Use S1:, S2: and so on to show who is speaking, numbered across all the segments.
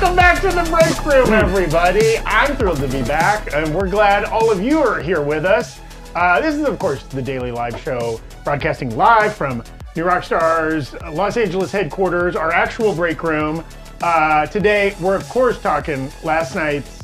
S1: the break room, everybody. I'm thrilled to be back, and we're glad all of you are here with us. Uh, this is, of course, the Daily Live Show, broadcasting live from New Rock Stars Los Angeles headquarters, our actual break room. Uh, today, we're, of course, talking last night's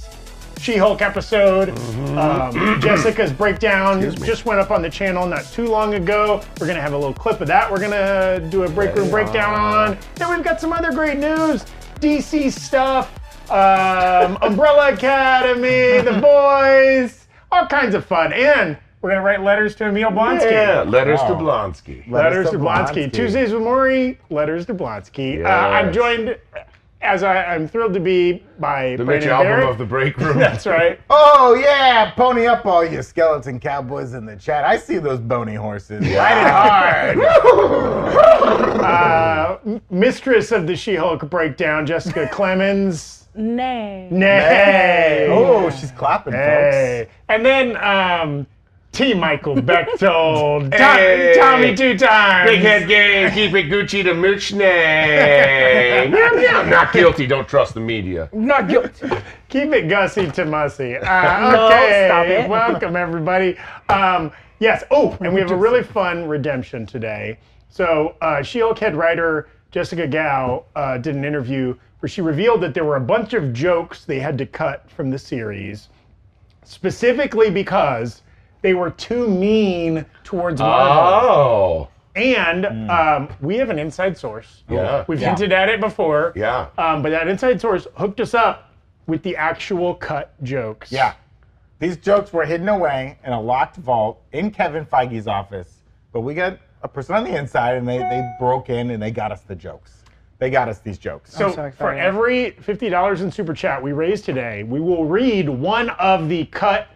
S1: She Hulk episode.
S2: Mm-hmm.
S1: Um, Jessica's breakdown just went up on the channel not too long ago. We're going to have a little clip of that. We're going to do a break room breakdown on. Then we've got some other great news DC stuff, um, Umbrella Academy, The Boys, all kinds of fun. And we're going to write letters to Emil Blonsky.
S2: Yeah, letters to Blonsky.
S1: Letters to
S3: to
S1: Blonsky.
S3: Blonsky.
S1: Tuesdays with Maury, Letters to Blonsky. Uh, I'm
S2: Yes.
S1: joined, as I, I'm thrilled to be, by
S2: the Mitch
S1: Brandon
S2: album
S1: Barrett.
S2: of the break room.
S1: That's right.
S3: Oh yeah, pony up all you skeleton cowboys in the chat. I see those bony horses. Ride it hard.
S1: Uh, m- mistress of the She-Hulk breakdown, Jessica Clemens.
S4: Nay.
S1: Nay.
S3: Oh, she's clapping,
S1: Hey. And then um, T. Michael Bechtold. To-
S2: Hey.
S1: Tommy two times.
S2: Big head game, keep it Gucci to Muchney. meow, meow. Not guilty, don't trust the media.
S4: Not guilty.
S1: Keep it gussy to mussy. Uh, okay.
S4: stop it.
S1: Welcome, everybody. Um, yes. Oh, and we have a really fun redemption today. So, uh, She Hulk head writer Jessica Gao uh, did an interview where she revealed that there were a bunch of jokes they had to cut from the series, specifically because they were too mean towards Marvel.
S2: Oh.
S1: And um, we have an inside source.
S2: Yeah.
S1: We've
S3: Yeah.
S1: hinted at it before.
S2: Yeah.
S3: Uh,
S1: Um, but that inside source hooked us up with the actual cut jokes.
S3: Yeah. These jokes were hidden away in a locked vault in Kevin Feige's office, but we got a person on the inside, and they they broke in and they got us the jokes. They got us these jokes.
S1: So,
S4: so excited.
S1: for every fifty dollars in super chat we raise today, we will read one of the cut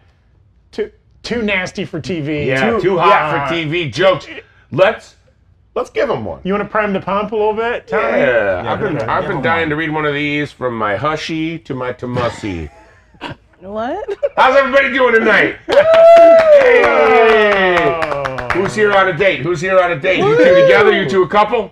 S1: too too nasty for TV.
S2: Yeah, too, hot for TV jokes. Let's let's give him one.
S1: You want to prime the pump a little bit, Tommy?
S2: Yeah, I've been
S1: okay.
S2: I've been dying to read one of these from my hushy to my Tamussy.
S4: What?
S2: How's everybody doing tonight? Hey!
S1: Oh.
S2: Who's here on a date? Who's here on a date? You two together? You two a couple?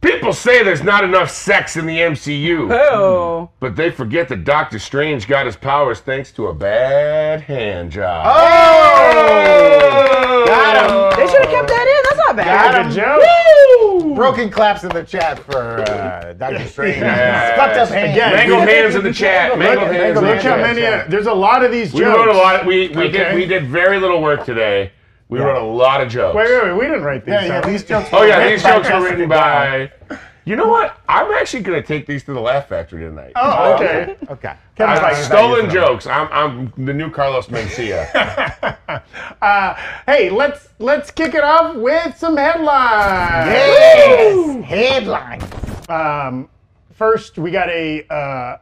S2: People say there's not enough sex in the MCU,
S4: Oh.
S2: but they forget that Doctor Strange got his powers thanks to a bad hand job.
S1: Oh!
S3: Oh!
S2: Got
S4: They should have kept that in. That's not bad.
S1: Good joke.
S3: Broken claps in the chat for uh, Doctor Strange.
S2: Yes.
S3: Fucked up hands.
S1: Again,
S2: Mangled hands in the chat. Mangled
S1: Look-
S2: hands in the
S1: Look how
S2: chat.
S1: many. uh, There's a lot of these
S2: We
S1: jokes.
S2: wrote a lot. We, we
S1: Okay.
S2: did we did very little work today. We wrote a lot of jokes.
S1: Wait, wait, wait. We didn't write these.
S3: Yeah, yeah,
S1: down.
S3: these jokes.
S2: Oh
S3: were
S2: yeah,
S3: written
S2: these
S3: by
S2: jokes were
S3: Jessica
S2: written
S3: Biel.
S2: by. You know what? I'm actually gonna take these to the Laugh Factory tonight.
S1: Oh, okay.
S3: Okay.
S2: I-
S3: Kevin
S2: I-
S3: Feige,
S2: stolen
S3: Feige's
S2: jokes. I'm, I'm the new Carlos Mencia.
S1: Uh, hey, let's let's kick it off with some headlines.
S3: Yes! Headline.
S1: Um, first, we got a uh,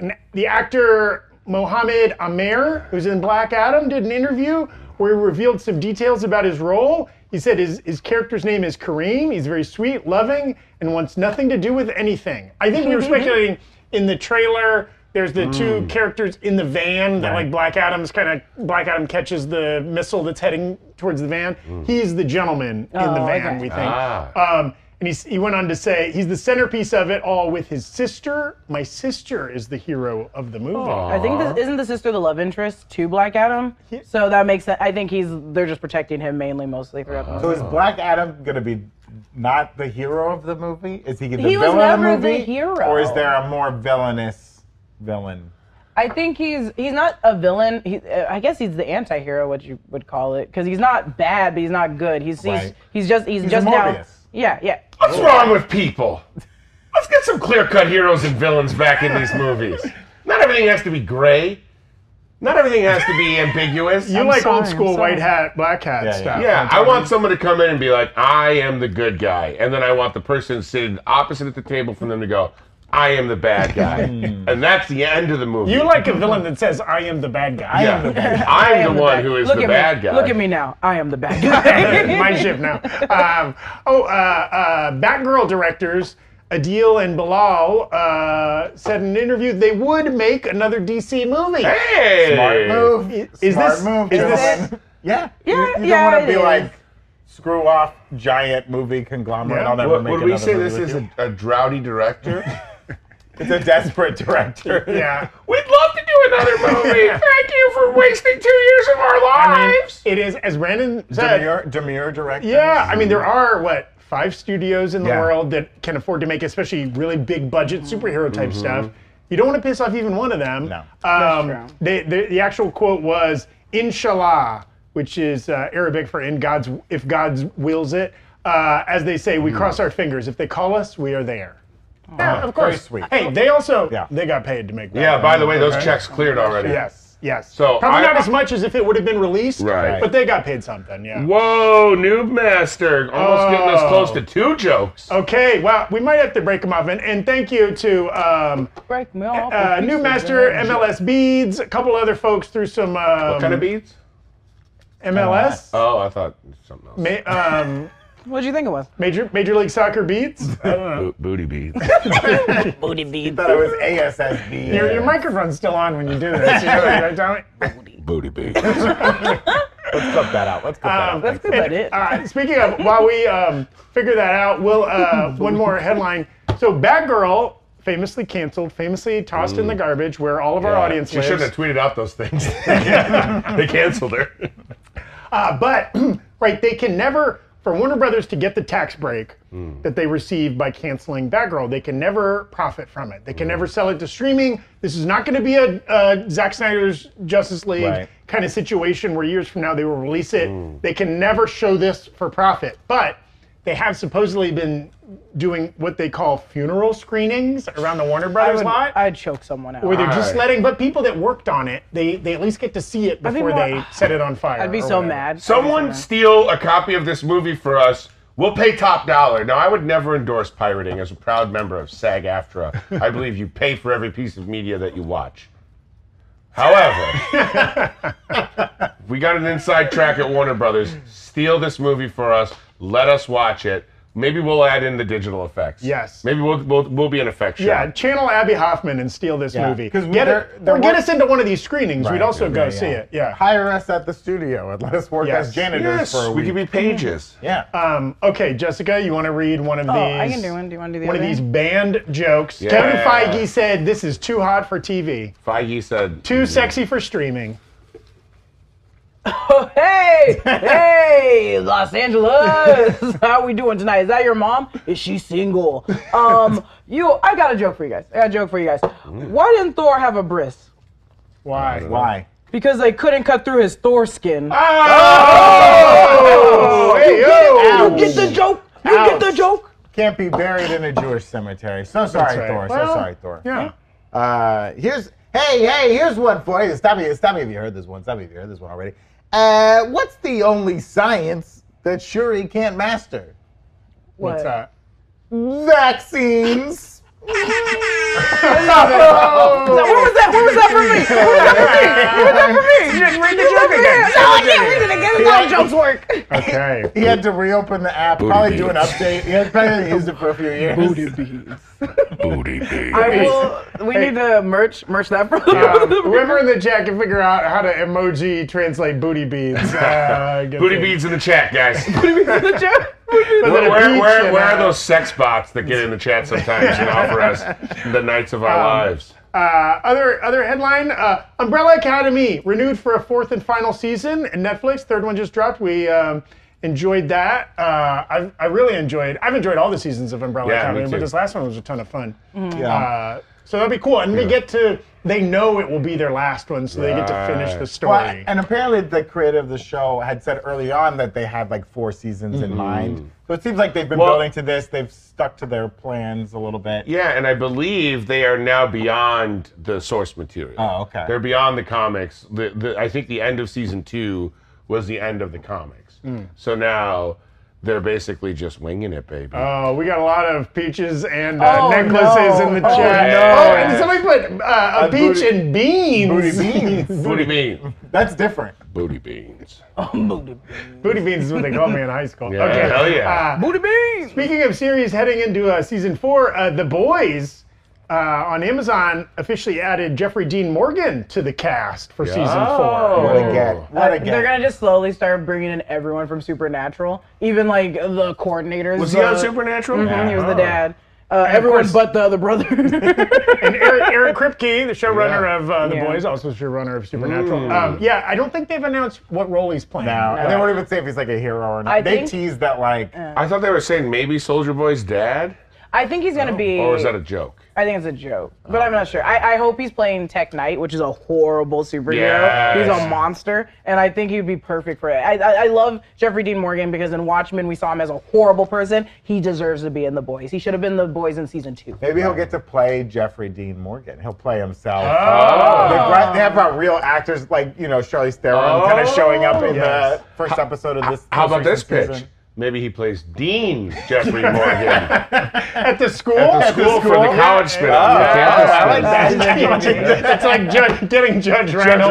S1: an, the actor Mohammed Amer, who's in Black Adam, did an interview where he revealed some details about his role. He said his, his character's name is Kareem. He's very sweet, loving, and wants nothing to do with anything. I think we were speculating in the trailer. There's the
S4: Mm.
S1: two characters in the van that like Black Adam's kind of Black Adam catches the missile that's heading towards the van. He's the gentleman in the
S4: Mm. Oh,
S1: van,
S4: okay.
S1: we think.
S2: ah.
S1: Um, and he's, he went on to say he's the centerpiece of it all with his sister. My sister is the hero of the movie.
S4: I think this isn't the sister the love interest to Black Adam. So that makes sense. I think he's they're just protecting him mainly mostly throughout the
S3: So
S4: movie.
S3: is Black Adam gonna be not the hero of the movie? Is he the
S4: He was
S3: villain of the
S4: never the
S3: movie?
S4: hero.
S3: Or is there a more villainous villain?
S4: I think he's he's not a villain. He, uh, I guess he's the anti-hero, what you would call it, because he's not bad, but he's not good. He's he's,
S3: Right.
S4: he's just he's,
S3: He's
S4: just
S3: a
S4: now.
S3: Morbius.
S4: Yeah, yeah.
S2: What's wrong with people? Let's get some clear-cut heroes and villains back in these movies. Not everything has to be gray. Not everything has to be ambiguous.
S1: You like
S4: sorry,
S1: old
S4: I'm
S1: school
S4: sorry.
S1: white hat, black hat
S3: Yeah, yeah.
S1: stuff.
S2: Yeah, I want someone to come in and be like, I am the good guy. And then I want the person sitting opposite at the table from them to go, I am the bad guy.
S1: Hmm.
S2: and that's the end of the movie.
S1: You like a villain that says, I am the bad guy.
S2: yeah. I'm,
S4: I am
S2: the one
S4: bad-
S2: who is
S4: Look
S2: the
S4: at
S2: bad
S4: me.
S2: guy.
S4: Look at me now. I am the bad guy.
S1: My ship now. Um, oh, uh, uh, Batgirl directors Adil and Bilal uh, said in an interview they would make another DC movie.
S2: Hey!
S3: Smart move.
S1: Is- is
S3: Smart
S1: this-
S3: move,
S1: is this-
S3: gentlemen. Yeah. You-
S4: Yeah,
S3: you don't
S4: yeah,
S3: wanna
S4: it
S3: be
S4: is.
S3: like screw off giant movie conglomerate.
S1: Yeah.
S3: I'll never
S2: Would,
S3: make
S2: would
S3: another
S2: we say
S3: movie
S2: this
S3: with
S2: is
S3: you.
S2: a, a droughty director?
S3: It's a desperate director.
S1: Yeah.
S2: We'd love to do another movie. Thank you for wasting two years of our
S1: I mean,
S2: lives.
S1: it is as Brandon said.
S3: Demure, demure director.
S1: Yeah, I mean there are what five studios in the
S3: Yeah.
S1: world that can afford to make especially really big budget superhero type stuff. You don't want to piss off even one of them.
S3: No.
S1: um,
S4: true.
S1: they- the, the actual quote was "Inshallah," which is uh, Arabic for "in God's if God's wills it." Uh, as they say, we cross our fingers. If they call us, we are there. Yeah, of
S3: very
S1: course.
S3: sweet.
S1: Hey, they also
S3: Yeah.
S1: they got paid to make that.
S2: yeah, by the way, those
S1: Okay.
S2: checks cleared already.
S1: Yes, yes.
S2: So
S1: probably
S2: I-
S1: not as much as if it would have been released.
S2: Right.
S1: But they got paid something. Yeah.
S2: Whoa, Noob Master. Almost getting us
S1: Oh.
S2: close to two jokes.
S1: Okay, well, we might have to break them off. And, and thank you to um,
S4: Break me off.
S2: Oh,
S1: uh, New Master, MLS Beads, a couple other folks through some um,
S2: What kind of beads?
S1: MLS,
S2: Oh, I thought something else.
S1: ma- um,
S4: What'd you think it was?
S1: Major Major League Soccer Beads.
S2: Bo- booty beads.
S4: Booty beads.
S3: I thought it was ASSB.
S1: Your, your microphone's still on when you do this. You know, right, Tommy?
S2: booty beads.
S3: Let's clip that out. Let's clip
S1: Um,
S3: that out.
S4: That's about it.
S1: Uh, speaking of, while we um, figure that out, we'll uh, one more headline. So, Batgirl famously canceled, famously tossed in the garbage, where all of our audience
S2: Mm. She
S1: lives.
S2: shouldn't have tweeted out those things. they canceled her.
S1: Uh, but right, they can never for Warner Brothers to get the tax break that they receive by canceling Batgirl. They can never profit from it. They can never sell it to streaming. This is not going to be a uh, Zack Snyder's Justice League
S3: Right.
S1: kind of situation where years from now they will release it. They can never show this for profit, but. They have supposedly been doing what they call funeral screenings around the Warner
S4: I
S1: Brothers
S4: would,
S1: lot,
S4: I'd choke someone out.
S1: where they're just
S2: Alright.
S1: letting, but people that worked on it, they they at least get to see it
S4: be
S1: before
S4: more-
S1: they set it on fire.
S4: I'd be
S1: or
S4: so
S1: Oh, whatever.
S4: mad.
S2: Someone steal a copy of this movie for us. We'll pay top dollar. Now, I would never endorse pirating as a proud member of SAG AFTRA. I believe you pay for every piece of media that you watch. However, we got an inside track at Warner Brothers. Steal this movie for us. Let us watch it. Maybe we'll add in the digital effects.
S1: Yes.
S2: Maybe we'll, we'll, we'll be an effect shop.
S1: Yeah, channel Abby Hoffman and steal this
S3: Yeah,
S1: movie.
S3: 'cause
S1: Get
S3: they're-
S1: it,
S3: they're
S1: or get
S3: work-
S1: us into one of these screenings.
S3: Right,
S1: We'd also
S3: yeah,
S1: go
S3: yeah.
S1: see it. Yeah.
S3: Hire us at the studio and let us work
S1: Yes.
S3: as janitors
S2: Yes,
S3: for a
S2: we
S3: week. Uh,
S2: could be pages.
S3: yeah.
S1: Um, okay, Jessica, you want to read one of these?
S4: Oh, I can do one. Do you want to do the
S1: One of
S4: other?
S1: these banned jokes. Kevin
S2: Yeah.
S1: Feige said this is too hot for TV,
S2: Feige said.
S1: too sexy for streaming.
S4: Oh, Hey, hey, Los Angeles. How we doing tonight? Is that your mom? Is she single? Um, you, I got a joke for you guys. I got a joke for you guys.
S1: Mm.
S4: Why didn't Thor have a bris?
S1: Why?
S3: Why?
S4: Because they couldn't cut through his Thor skin.
S1: Oh, hey, yo.
S4: you get the joke. You get the
S1: Ouch.
S4: joke.
S3: Can't be buried in a Jewish cemetery. So sorry,
S1: right.
S3: Thor.
S1: Well,
S3: so sorry, Thor.
S1: Yeah.
S3: Uh, here's hey hey here's one for you. Stop me! Stop me if you heard this one. Stop me if you heard this one already. Uh, what's the only science that Shuri can't master?
S1: What's that?
S3: Vaccines.
S4: Where was that? Where was that for me? Where was that for me? Where was that for me? You didn't read the joke again. No, I can't read it again. That's how the jokes work.
S1: Okay.
S3: He had to reopen the app, probably do an update. He had probably used it for a few years.
S4: I will, we need to merch merch that from
S1: Um, whoever in the chat can figure out how to emoji translate booty beads. Uh, get
S2: Booty
S1: the-
S2: beads in the chat, guys.
S4: the joke.
S1: But then
S2: Where,
S1: a
S2: where,
S1: beach
S2: where,
S1: and
S2: where
S1: a-
S2: are those sex bots that get in the chat sometimes and offer us the nights of our lives?
S1: Uh, other other headline: uh, Umbrella Academy renewed for a fourth and final season. And Netflix, third one just dropped. We um, enjoyed that. Uh, I I really enjoyed. I've enjoyed all the seasons of Umbrella
S2: Yeah, me
S1: Academy, but
S2: too.
S1: this last one was a ton of fun.
S4: Mm-hmm.
S3: Yeah.
S1: Uh, so that'd be cool. And we get to. They know it will be their last one, so they get to finish the
S2: Right.
S1: story.
S3: Well, and apparently the creator of the show had said early on that they had like four seasons in mind. So it seems like they've been
S2: Mm-hmm. Well-
S3: building to this. They've stuck to their plans a little bit.
S2: Yeah, and I believe they are now beyond the source material.
S3: Oh, okay.
S2: They're beyond the comics. The, the, I think the end of season two was the end of the comics. So now they're basically just winging it, baby.
S1: Oh, we got a lot of peaches and uh,
S4: Oh,
S1: necklaces in the
S4: no. Oh,
S1: chat.
S2: no.
S1: Oh, and somebody put uh, a, peach
S3: booty-
S1: and beans.
S3: Booty beans.
S2: booty bean.
S3: That's different.
S2: Booty beans.
S1: Booty beans is what they called me in high school.
S2: Yeah,
S1: okay.
S2: hell yeah.
S1: Uh,
S4: Booty beans.
S1: Speaking of series heading into uh, season four, uh, The Boys uh, on Amazon officially added Jeffrey Dean Morgan to the cast for season four.
S3: What a
S2: Oh.
S3: get. What a get.
S4: They're gonna just slowly start bringing in everyone from Supernatural, even like the coordinators.
S2: Was he on
S4: the-
S2: Supernatural? Oh. Uh-huh.
S4: Mhm, He was the dad. Uh, everyone
S1: course-
S4: but the other brother.
S1: And Eric, Eric Kripke, the showrunner
S2: Yeah. Mm.
S1: of uh, The
S4: Yeah.
S1: Boys, also showrunner of Supernatural. Um, yeah, I don't think they've announced what role he's playing.
S3: now. And they won't even say if he's like a hero or not.
S4: I
S3: they
S4: think-
S3: tease that like
S2: I thought they were saying maybe Soldier Boy's dad,
S4: I think he's gonna be.
S2: Oh, or is that a joke?
S4: I think it's a joke, but I'm not sure. I, I hope he's playing Tech Knight, which is a horrible superhero. He's
S2: Yes.
S4: a monster, and I think he'd be perfect for it. I, I, I love Jeffrey Dean Morgan because in Watchmen we saw him as a horrible person. He deserves to be in The Boys. He should have been The Boys in season two.
S3: maybe he'll get to play Jeffrey Dean Morgan. He'll play himself.
S2: Oh.
S3: They, brought, they have brought real actors like you know Charlie Theron kind of showing up in
S2: Oh.
S1: Yes.
S3: the first episode of this.
S2: How about this
S3: most recent
S2: pitch?
S3: season.
S2: Maybe he plays Dean Jeffrey Morgan.
S1: At the school?
S2: At the school for the college spin off.
S3: Yeah, I like
S1: That's
S3: that.
S1: it's like judge, getting Judge Randall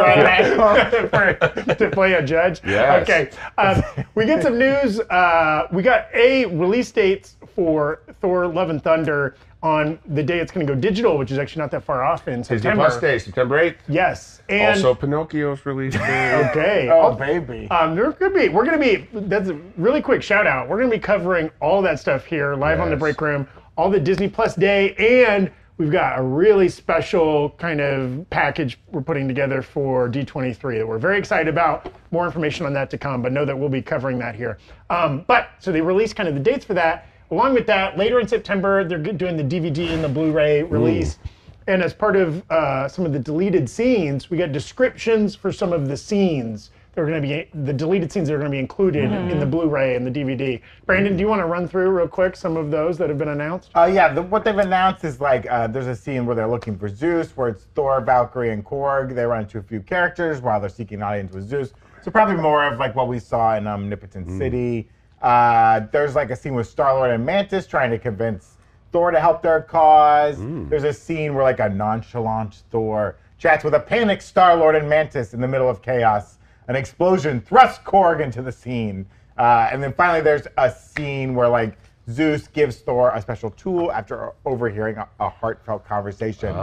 S2: Randall.
S1: for- to play a judge.
S2: Yes.
S1: Okay. Um, we get some news. Uh, we got a release dates for Thor: Love and Thunder on the day it's going to go digital, which is actually not that far off in
S2: Disney
S1: September.
S2: Plus Day, September 8th.
S1: Yes. And
S2: also, Pinocchio's release day.
S1: okay.
S3: Oh baby.
S1: Um, we're gonna be, we're gonna be. That's a really quick shout out. We're gonna be covering all that stuff here live on the
S2: Yes.
S1: break room, all the Disney Plus day, and we've got a really special kind of package we're putting together for D23 that we're very excited about. More information on that to come, but know that we'll be covering that here. Um, but so they released kind of the dates for that. Along with that, later in September, they're doing the DVD and the Blu-ray release. And as part of uh, some of the deleted scenes, we got descriptions for some of the scenes that are going to be the deleted scenes that are going to be included in the Blu-ray and the DVD. Brandon, do you want to run through real quick some of those that have been announced?
S3: Uh, yeah, the, what they've announced is like uh, there's a scene where they're looking for Zeus, where it's Thor, Valkyrie, and Korg. They run into a few characters while they're seeking an audience with Zeus. So probably more of like what we saw in Omnipotent City. Uh, there's like a scene with Star Lord and Mantis trying to convince Thor to help their cause. There's a scene where like a nonchalant Thor chats with a panicked Star Lord and Mantis in the middle of chaos. An explosion thrusts Korg into the scene. Uh, and then finally, there's a scene where like Zeus gives Thor a special tool after overhearing a, a heartfelt conversation.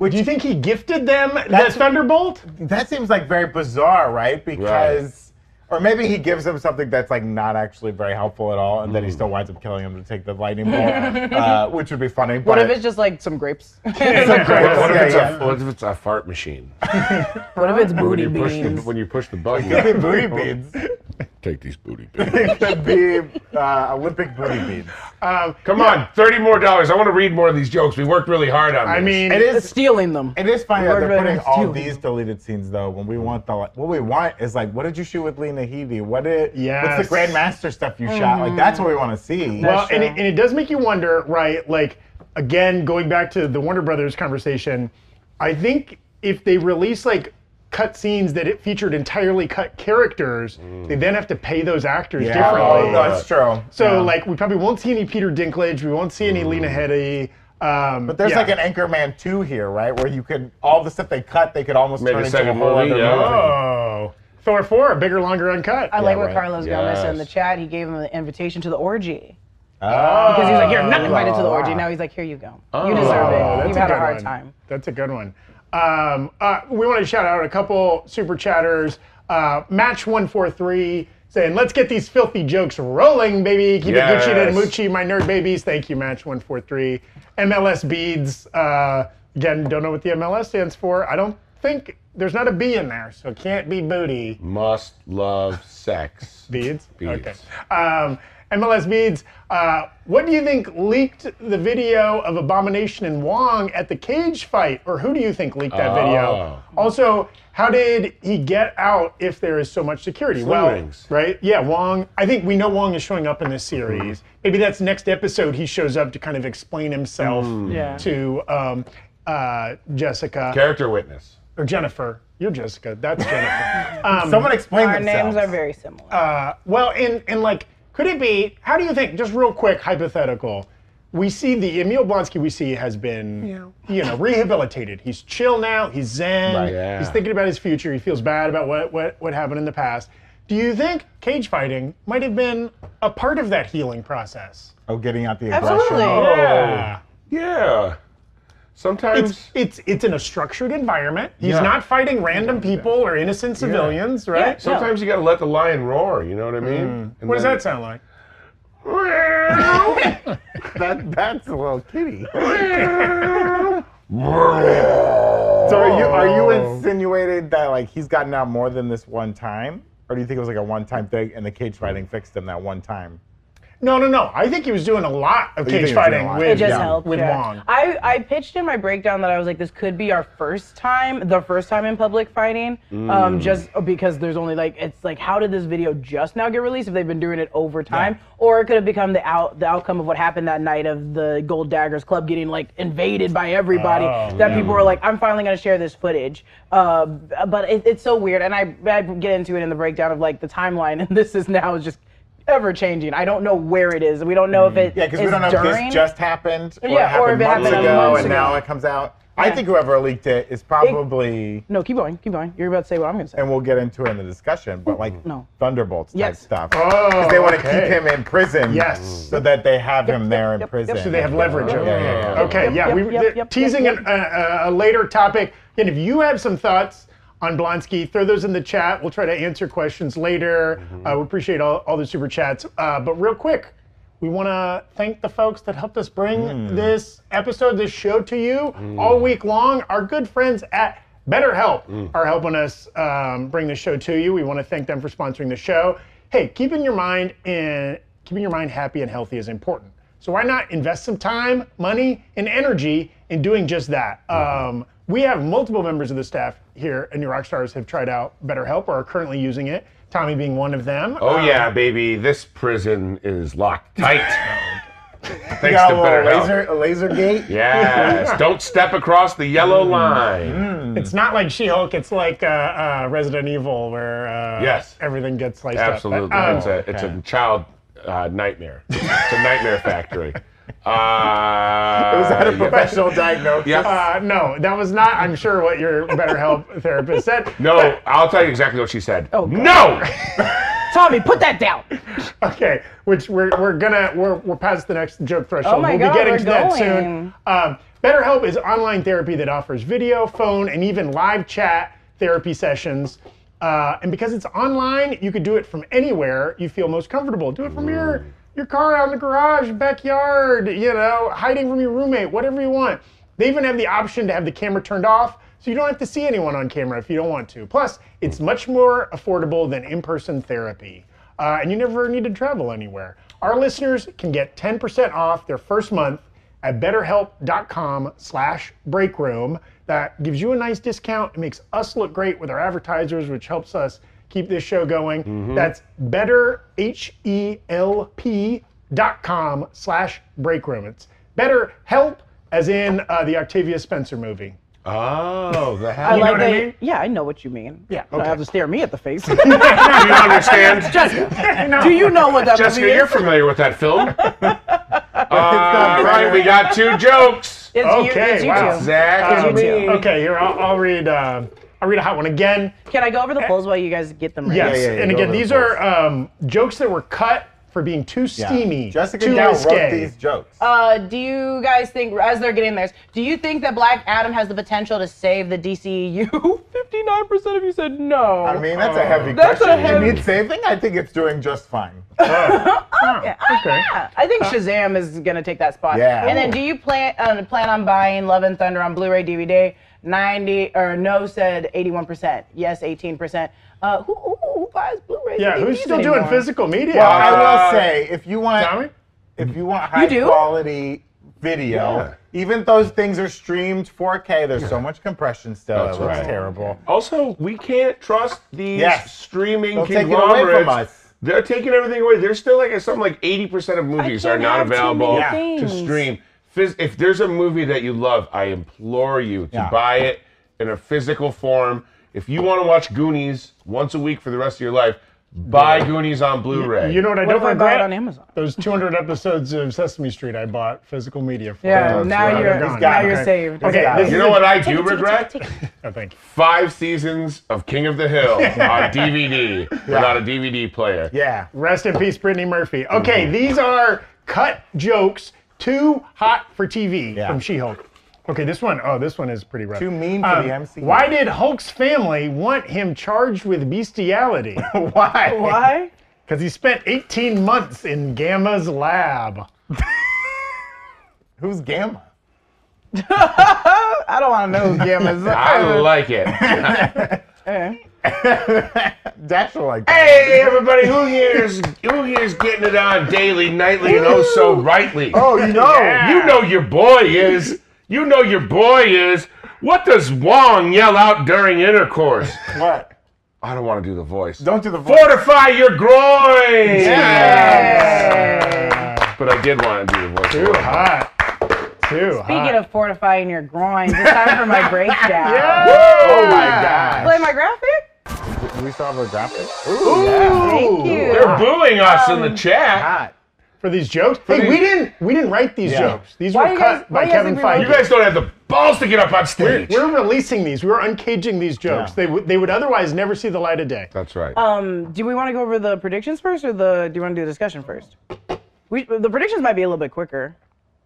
S1: Do you think he gifted them that Thunderbolt?
S3: That seems like very bizarre, right? Because, or maybe he gives him something that's like not actually very helpful at all, and then he still winds up killing him to take the lightning bolt, uh, which would be funny.
S4: What
S3: but
S4: if it's just like some grapes?
S3: Some grapes,
S2: What if,
S3: yeah,
S2: it's
S3: yeah.
S2: a, what if it's a fart machine?
S4: what if it's booty
S2: you push the,
S4: beans?
S2: when you push the button,
S3: Could be booty beads.
S2: take these booty beans.
S3: It could be uh, Olympic booty beads.
S2: Come on, thirty more dollars. I want to read more of these jokes. We worked really hard on.
S1: I
S2: this.
S1: mean,
S3: It is
S4: Stealing them.
S3: It is funny that
S4: Word
S3: they're
S4: really
S3: putting
S4: is
S3: all
S4: too.
S3: these deleted scenes though. When we want the like, what we want is like, what did you shoot with Lena Headey? What did? What's
S1: Yes.
S3: the Grandmaster stuff you shot? Like that's what we want to see.
S1: well, and
S4: true.
S1: it, and it does make you wonder, right? Like again, going back to the Warner Brothers conversation, I think if they release like cut scenes that it featured entirely cut characters, they then have to pay those actors
S3: Mm. yeah.
S1: differently.
S3: Oh, no, that's true.
S1: So
S3: Yeah. Mm.
S1: like we probably won't see any Peter Dinklage. We won't see any Lena Headey. Um, but
S3: There's like an Anchorman 2 here, right? Where you could all the stuff they cut, they could almost
S2: Make a
S3: turn into a
S2: second
S3: whole
S2: movie,
S3: other
S2: yeah.
S3: movie.
S1: oh Thor four, bigger, longer, uncut.
S4: I like what
S3: right.
S4: Carlos Gomez said in the
S2: Yes.
S4: chat. He gave him the invitation to the orgy.
S3: Oh.
S4: Because he was like, you're not invited to the orgy. Now he's like, here you go. You deserve it. You've had a
S1: Oh, good
S4: hard
S1: one.
S4: time.
S1: That's a good one. Um, uh, we want to shout out a couple super chatters. Uh, Match one four three saying, "Let's get these filthy jokes rolling, baby. Keep
S2: Yes.
S1: it Gucci and Mucci, my nerd babies. Thank you, Match one four three. MLS beads. Uh, again, don't know what the MLS stands for. I don't think there's not a B in there, so it can't be booty
S2: must love sex.
S1: beads.
S2: Beads.
S1: Okay. Um, MLS beads. Uh, what do you think leaked the video of Abomination and Wong at the cage fight, or who do you think leaked that video?
S2: Oh.
S1: Also, how did he get out if there is so much security?
S2: Rings.
S1: Well, right? Yeah, Wong. I think we know Wong is showing up in this
S2: Mm-hmm.
S1: series. Maybe that's next episode. He shows up to kind of explain himself
S2: Mm.
S4: Yeah.
S1: to um, uh, Jessica
S2: Character witness.
S1: or Jennifer. You're Jessica. That's Jennifer. um,
S3: Someone explain
S4: Our
S3: themselves.
S4: names are very similar.
S1: well, and and like, could it be? How do you think? Just real quick, hypothetical. We see the Emil Blonsky we see has been, you know, rehabilitated. He's chill now. He's zen.
S3: Right.
S2: Yeah.
S1: He's thinking about his future. He feels bad about what what what happened in the past. Do you think cage fighting might have been a part of that healing process?
S3: Oh, getting out the aggression.
S4: Absolutely.
S1: Yeah.
S2: Yeah. Sometimes
S1: It's it's it's in a structured environment. He's
S2: Yeah.
S1: not fighting random people or innocent civilians, right?
S4: Yeah.
S3: Mm.
S2: sometimes you gotta let the lion roar, you know what I mean? And
S1: What does
S2: then-
S1: that sound like?
S3: That that's a little kitty. So are you are you insinuated that like he's gotten out more than this one time, or do you think it was like a one time thing and the cage fighting fixed him that one time?
S1: No, no, no. I think he was doing a lot of
S3: you think
S1: cage
S3: he was doing
S1: fighting
S3: a lot?
S1: with,
S4: It just
S1: yeah,
S4: helped.
S1: with
S4: yeah.
S1: Wong.
S4: I, I pitched in my breakdown that I was like, this could be our first time, the first time in public fighting,
S3: Mm.
S4: um, just because there's only like, it's like, how did this video just now get released if they've been doing it over time? Or it could have become the out the outcome of what happened that night of the Gold Daggers Club getting like invaded by everybody.
S1: Oh,
S4: that
S1: yeah.
S4: people were like, I'm finally gonna share this footage. Uh, but it, it's so weird, and I, I get into it in the breakdown of like the timeline, and this is now just ever changing. I don't know where it is. We don't know if it
S3: Mm. Yeah, because we
S4: is
S3: don't know if
S4: during-
S3: this just happened or
S4: Yeah,
S3: it happened
S4: or if it
S3: months
S2: happened
S3: ago
S2: months
S3: and
S4: ago.
S3: now it comes out. I
S4: Yeah.
S3: think whoever leaked it is probably,
S4: No, keep going, keep going. You're about to say what I'm gonna say.
S3: and we'll get into it in the discussion, but like
S4: No.
S3: Thunderbolts type
S4: Yes.
S3: stuff.
S1: Oh,
S3: they want to
S1: okay.
S3: keep him in prison.
S1: Yes.
S3: So that they have him there in
S4: yep, yep.
S3: prison.
S1: So they have leverage
S3: Yeah,
S1: over
S3: yeah,
S1: it.
S3: yeah.
S1: Okay,
S4: Yep,
S1: yeah.
S4: yep,
S1: we
S4: yep,
S1: the-
S4: yep,
S1: teasing
S4: yep,
S1: an- a- a, a later topic. And if you have some thoughts on Blonsky, throw those in the chat. We'll try to answer questions later.
S3: Mm-hmm.
S1: Uh, we appreciate all, all the super chats. Uh, but real quick, we want to thank the folks that helped us bring
S3: Mm.
S1: this episode, this show to you all week long. Our good friends at BetterHelp
S3: Mm.
S1: are helping us um, bring the show to you. We want to thank them for sponsoring the show. Hey, keeping your mind in, keeping your mind happy and healthy is important. So why not invest some time, money, and energy in doing just that? Um, we have multiple members of the staff here at New Rockstars have tried out BetterHelp or are currently using it. Tommy being one of them.
S2: Oh yeah, baby, this prison is locked tight.
S3: You
S2: Thanks
S3: got
S2: to
S3: a little
S2: BetterHelp.
S3: laser, a laser gate.
S2: Yes, don't step across the yellow
S3: Mm.
S2: line.
S1: It's not like She-Hulk. It's like uh, uh, Resident Evil, where uh,
S2: Yes.
S1: everything gets sliced
S2: Absolutely,
S1: up. But, um,
S2: it's a it's
S3: Oh, okay.
S2: a child uh, nightmare. it's a nightmare factory. Uh,
S3: It was at a
S2: yeah.
S3: professional diagnosis.
S2: Yeah.
S1: uh, no, that was not. I'm sure what your BetterHelp therapist said.
S2: No, I'll tell you exactly what she said.
S4: Oh, God.
S2: no!
S4: Tommy, put that down.
S1: Okay, which we're, we're gonna we're, we're past the next joke threshold.
S4: Oh my
S1: we'll
S4: God,
S1: be getting
S4: we're
S1: to that soon.
S4: going.
S1: Um, BetterHelp is online therapy that offers video, phone, and even live chat therapy sessions. Uh, and because it's online, you could do it from anywhere you feel most comfortable. Do it from your your car out in the garage, backyard, you know, hiding from your roommate, whatever you want. They even have the option to have the camera turned off, so you don't have to see anyone on camera if you don't want to. Plus, it's much more affordable than in-person therapy uh, and you never need to travel anywhere. Our listeners can get 10% off their first month at betterhelp.com slash breakroom. That gives you a nice discount. It makes us look great with our advertisers, which helps us keep this show going.
S3: Mm-hmm.
S1: That's E betterhelp.com slash breakroom. It's betterhelp as in uh, the Octavia Spencer movie.
S2: Oh, the
S4: I
S2: hell!
S4: like
S1: what I
S4: that-
S1: mean?
S4: Yeah, I know what you mean.
S1: Yeah,
S4: You don't
S1: okay.
S4: have to stare me at the face.
S2: Do you understand?
S4: Jessica, do you know what that
S2: Jessica,
S4: movie
S2: you're
S4: is?
S2: familiar with that film. All Uh, right, we got two jokes.
S4: It's you,
S1: Okay,
S4: it's you
S1: wow.
S4: two.
S2: Zach,
S3: Oh,
S4: It's you
S2: um,
S4: two.
S1: Okay, here, I'll, I'll read, uh, I'll read a hot one again.
S4: Can I go over the polls while you guys get them ready?
S1: Yes,
S3: Yeah, yeah, yeah,
S1: and
S3: go
S1: again,
S3: over the
S1: these are um, jokes that were cut for being too
S3: Yeah.
S1: steamy,
S3: Jessica
S1: too
S3: Dow wrote
S1: risque.
S3: these jokes.
S4: Uh, do you guys think, as they're getting theirs, do you think that Black Adam has the potential to save the E DCU? 59% of you said no.
S3: I mean, that's a heavy
S4: uh, That's a
S3: question.
S4: heavy-
S3: It needs saving. I think it's doing just fine.
S1: okay.
S4: Oh, Yeah, I think Shazam is gonna take that spot.
S3: Yeah.
S4: And then, do you plan uh, plan on buying Love and Thunder on Blu-ray DVD? Ninety or no said eighty-one percent. Yes, eighteen percent. Uh, who, who who buys Blu-ray?
S1: Yeah, who's still doing physical media?
S3: Well, I
S2: Uh,
S3: will say, if you want,
S1: Tommy?
S3: if you want high
S4: do?
S3: quality video,
S2: Yeah.
S3: even those things are streamed 4K. There's so much compression still.
S2: That's
S3: it looks
S2: right.
S3: terrible.
S2: Also, we can't trust these
S3: Yes.
S2: streaming
S3: They'll take it away from
S2: conglomerates.
S3: us.
S2: They're taking everything away. There's still like something like 80% of movies are
S4: can't
S2: not
S4: have too
S2: available
S4: many
S2: to
S4: things.
S2: stream. Phys- if there's a movie that you love, I implore you to
S3: Yeah.
S2: buy it in a physical form. If you want to watch Goonies once a week for the rest of your life, buy Goonies on Blu-ray.
S1: You know what I
S4: What
S1: don't
S4: if I buy
S1: regret?
S4: it on Amazon?
S1: Those 200 episodes of Sesame Street I bought physical media for.
S4: Yeah,
S1: They're
S4: now
S1: gone.
S4: you're-
S1: They're gone.
S3: now
S1: Okay.
S4: you're saved.
S1: Okay, this
S3: He's gone.
S1: is
S2: You
S1: a-
S2: know what I do
S5: Ticket, ticket,
S2: regret?
S5: ticket, ticket.
S1: oh, thank you.
S2: Five seasons of King of the Hill on DVD without a DVD player.
S3: Yeah.
S1: Rest in peace, Brittany Murphy. Okay, these are cut jokes, too hot for TV
S3: Yeah.
S1: from She-Hulk. Okay, this one, oh, this one is pretty rough. Um,
S3: Too mean for the MCU.
S1: Why did Hulk's family want him charged with bestiality?
S3: Why?
S4: Why?
S1: Because he spent 18 months in Gamma's lab.
S3: Who's Gamma?
S4: I don't want to know who Gamma is.
S2: I like it.
S3: Dash will like that.
S2: hey, everybody, who here's who here's getting it on daily, nightly, and oh so rightly?
S3: Oh, you know.
S2: You know your boy is. You know your boy is. What does Wong yell out during intercourse?
S3: What?
S2: I don't want to do the voice.
S3: Don't do the voice.
S2: Fortify your groin.
S4: Yay.
S2: But I did want to do the voice.
S1: Too hot. Too hot.
S4: Speaking of fortifying your groin, it's time for my breakdown.
S2: Oh my
S1: Yeah.
S2: God.
S4: Play my graphic?
S3: We saw the graphic.
S2: Ooh,
S4: Thank you.
S2: They're booing us in the chat.
S3: Hot.
S1: for these jokes. Hey,
S2: these-
S1: we didn't we didn't write these
S3: Yeah.
S1: jokes. These
S4: Why
S1: were
S4: you
S1: cut
S4: guys- why
S1: by
S4: you guys
S1: Kevin
S4: think we wrote
S1: Feige.
S2: You guys don't have the balls to get up on stage.
S1: we're releasing these. We were uncaging these jokes.
S3: Yeah.
S1: They would they would otherwise never see the light of day.
S2: That's right.
S4: Um, do we want to go over the predictions first or the do you want to do the discussion first? We, the predictions might be a little bit quicker.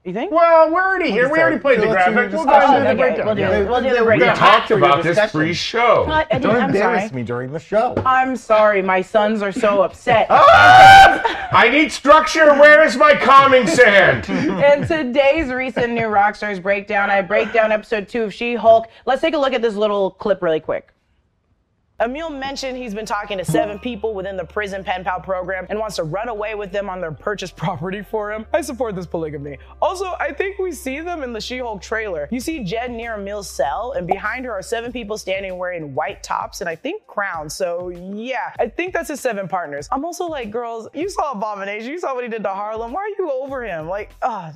S4: You think?
S1: Well, we're already here. We already played the
S3: Let's Oh, do
S1: graphic.
S3: the
S1: We'll go ahead
S4: discussion.
S1: and do the breakdown.
S4: Okay, we'll do
S1: Yeah.
S4: We'll do the
S3: We
S4: breakdown.
S2: we
S4: hot
S2: talked
S3: for your
S2: about this
S3: discussion.
S2: free show.
S4: I, I did,
S3: Don't
S4: I'm sorry. Oh,
S3: embarrass me during the show.
S4: I'm sorry. My sons are so upset.
S3: Ah!
S2: I need structure. Where is my calming sand?
S4: In today's recent new Rockstars breakdown, I break down episode two of She Hulk. Let's take a look at this little clip really quick.
S5: Emil mentioned he's been talking to seven people within the prison pen pal program and wants to run away with them on their purchased property for him. I support this polygamy. Also, I think we see them in the She Hulk trailer. You see Jed near Emil's cell, and behind her are seven people standing wearing white tops and I think crowns. So, yeah, I think that's his seven partners. I'm also like, girls, you saw Abomination, you saw what he did to Harlem. Why are you over him? Like, ah,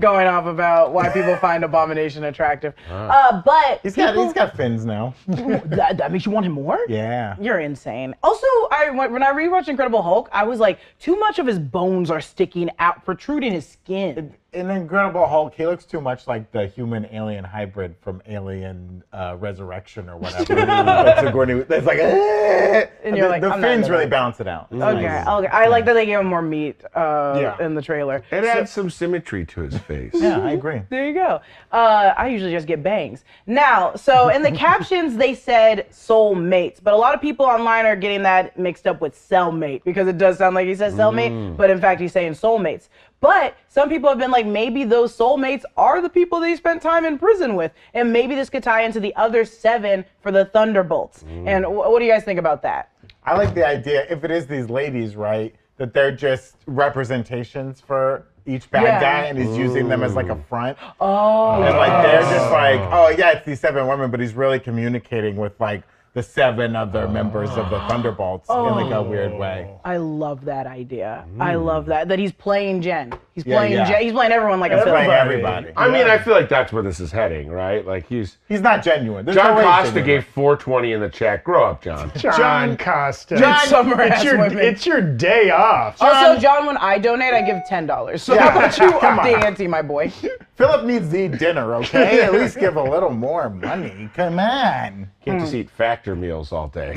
S4: Going off about why people find Abomination attractive. Uh, but
S3: He's got,
S4: people-
S3: he's got fins now.
S4: that, that makes you want him more?
S3: Yeah.
S4: You're insane. Also, I when when I rewatched Incredible Hulk, I was like, too much of his bones are sticking out, protruding his skin.
S3: In Incredible Hulk, he looks too much like the human alien hybrid from Alien uh, Resurrection or whatever. But Sigourney, it's like, eh.
S4: And you're
S3: the,
S4: like,
S3: the
S4: I'm not
S3: fins
S4: into
S3: really
S4: that.
S3: balance it out. It's
S4: Okay,
S3: nice.
S4: okay. I like that they gave him more meat uh,
S3: Yeah.
S4: in the trailer.
S2: It adds some symmetry to his face.
S3: Yeah, I agree.
S4: There you go. Uh, I usually just get bangs. Now, so in the captions, they said soulmates, but a lot of people online are getting that mixed up with cellmate because it does sound like he says cellmate,
S3: Mm.
S4: but in fact, he's saying soulmates. But some people have been like, maybe those soulmates are the people that he spent time in prison with, and maybe this could tie into the other seven for the Thunderbolts.
S3: Mm.
S4: And wh- what do you guys think about that?
S3: I like the idea, if it is these ladies, right, that they're just representations for each bad
S4: Yeah.
S3: guy and he's using them as like a front.
S4: Oh,
S3: And like they're just like, oh yeah, it's these seven women, but he's really communicating with like the seven other members of
S2: Oh.
S3: the Thunderbolts in like a weird way.
S4: I love that idea. I love that that he's playing Jen. He's
S3: Mm. Yeah,
S4: playing
S3: yeah.
S4: Jen. He's playing everyone like a
S3: He's
S4: villain.
S3: playing everybody.
S2: I mean, I feel like that's where this is heading, right? Like he's
S3: he's not genuine. There's no
S2: John
S3: way he's
S2: Costa
S3: genuine.
S2: gave 420 in the chat. Grow up, John.
S1: John Costa.
S4: John- Summer
S1: it's
S4: ass
S1: your
S4: women.
S1: it's your day off.
S4: Also, John, when I donate, I give ten dollars. So
S3: Yeah.
S4: how about you
S3: Come
S4: up
S3: on.
S4: the ante, my boy?
S3: Philip needs the dinner, okay? At least give a little more money. Come on.
S2: Can't just eat factor meals all day.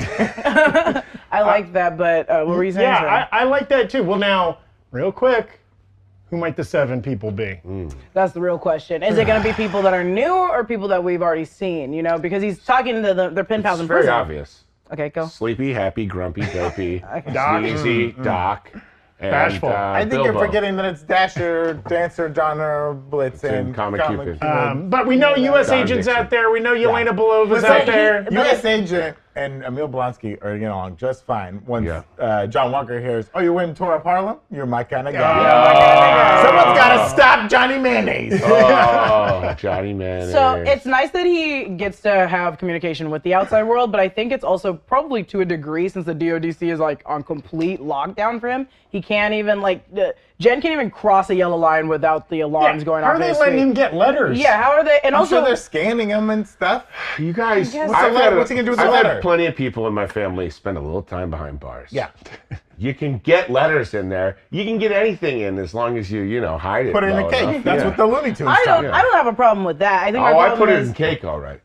S4: I like that, but uh, what were you saying?
S1: yeah,
S4: sir?
S1: I, I like that too. Well, now, real quick, who might the seven people be?
S4: that's the real question. Is it going to be people that are new or people that we've already seen? You know, because he's talking to the, their pen pals
S2: It's
S4: in
S2: very
S4: prison.
S2: obvious.
S4: Okay, go.
S2: Sleepy, happy, grumpy, dopey,
S1: Doc.
S2: sneezy, Doc, and,
S1: Bashful.
S2: uh,
S1: I
S3: Mm-hmm. I think
S2: Bilbo.
S3: you're forgetting that it's Dasher, Dancer, Donner, Blitzen,
S2: And Comic Cupid.
S1: Um, but we know U.S.
S2: Don
S1: agents
S2: Dixon.
S1: out there. We know Yelena Belova's
S3: But
S1: out
S3: he-
S1: there.
S3: U.S. agent and Emil Blonsky are getting along just fine. Once
S2: Yeah.
S3: uh, John Walker hears, "Oh, you're winning tour of Harlem? You're my kind of guy."
S2: Yeah.
S3: Someone's got to stop Johnny Mayonnaise.
S2: Oh, Johnny Mayonnaise.
S4: So it's nice that he gets to have communication with the outside world, but I think it's also probably to a degree since the DODC is like on complete lockdown for him. He can't even like the, Jen can't even cross a yellow line without the alarms going
S1: How
S4: off.
S1: are
S4: in
S1: they
S4: his
S1: letting
S4: suite.
S1: him get letters?
S4: Yeah, how are they? And
S3: I'm
S4: also,
S3: sure they're scanning him and stuff.
S2: You guys,
S4: guess-
S3: What's the
S2: I've
S3: letter-
S2: had,
S3: what's he gonna do with the
S2: I've
S3: letter?
S2: had plenty of people in my family spend a little time behind bars.
S3: Yeah.
S2: You can get letters in there. You can get anything in as long as you, you know, hide it.
S3: Put it in
S2: low
S3: a cake.
S2: enough.
S3: That's
S2: Yeah.
S3: what the Looney Tunes
S4: I don't.
S3: talk.
S4: I don't have a problem with that. I think my
S2: Oh, I
S4: problem
S2: put it
S4: is
S2: in cake, all right.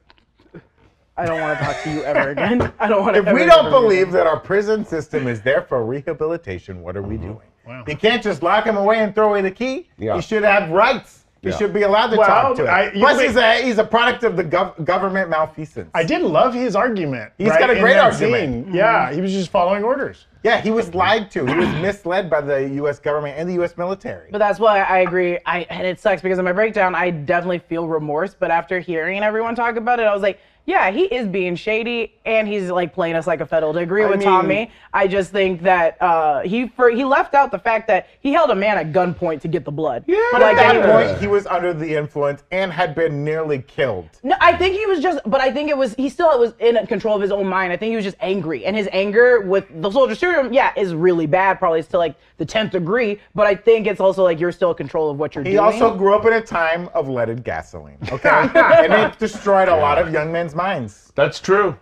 S4: I don't want to talk to you ever again. I don't want to.
S3: If we don't believe that our prison system is there for Mm-hmm. rehabilitation, what are we doing? You can't just lock him away and throw away the key.
S2: Yeah.
S3: He should have rights. He should be allowed to
S1: Well,
S3: talk to it.
S1: I- you
S3: Plus,
S1: may-
S3: he's a he's a product of the gov- government malfeasance.
S1: I did love his argument. He's
S3: got a great argument. Mm-hmm.
S1: Yeah, he was just following orders.
S3: yeah, he was lied to. He was misled by the U.S. government and the U.S. military.
S4: But that's why I agree. I and it sucks because in my breakdown, I definitely feel remorse. But after hearing everyone talk about it, I was like, yeah, he is being shady, and he's like playing us like a fiddle. To agree with
S3: mean-
S4: Tommy, I just think that uh, he for, he left out the fact that he held a man at gunpoint to get the blood. Yeah,
S3: But at that point, he was under the influence and had been nearly killed.
S4: No, I think he was just, but I think it was he still was in control of his own mind. I think he was just angry, and his anger with the soldier shooting him, yeah, is really bad. Probably it's to like the tenth degree, but I think it's also like you're still in control of what you're
S3: He
S4: doing.
S3: also grew up in a time of leaded gasoline. Okay, and it destroyed a lot of young men's minds.
S2: That's true.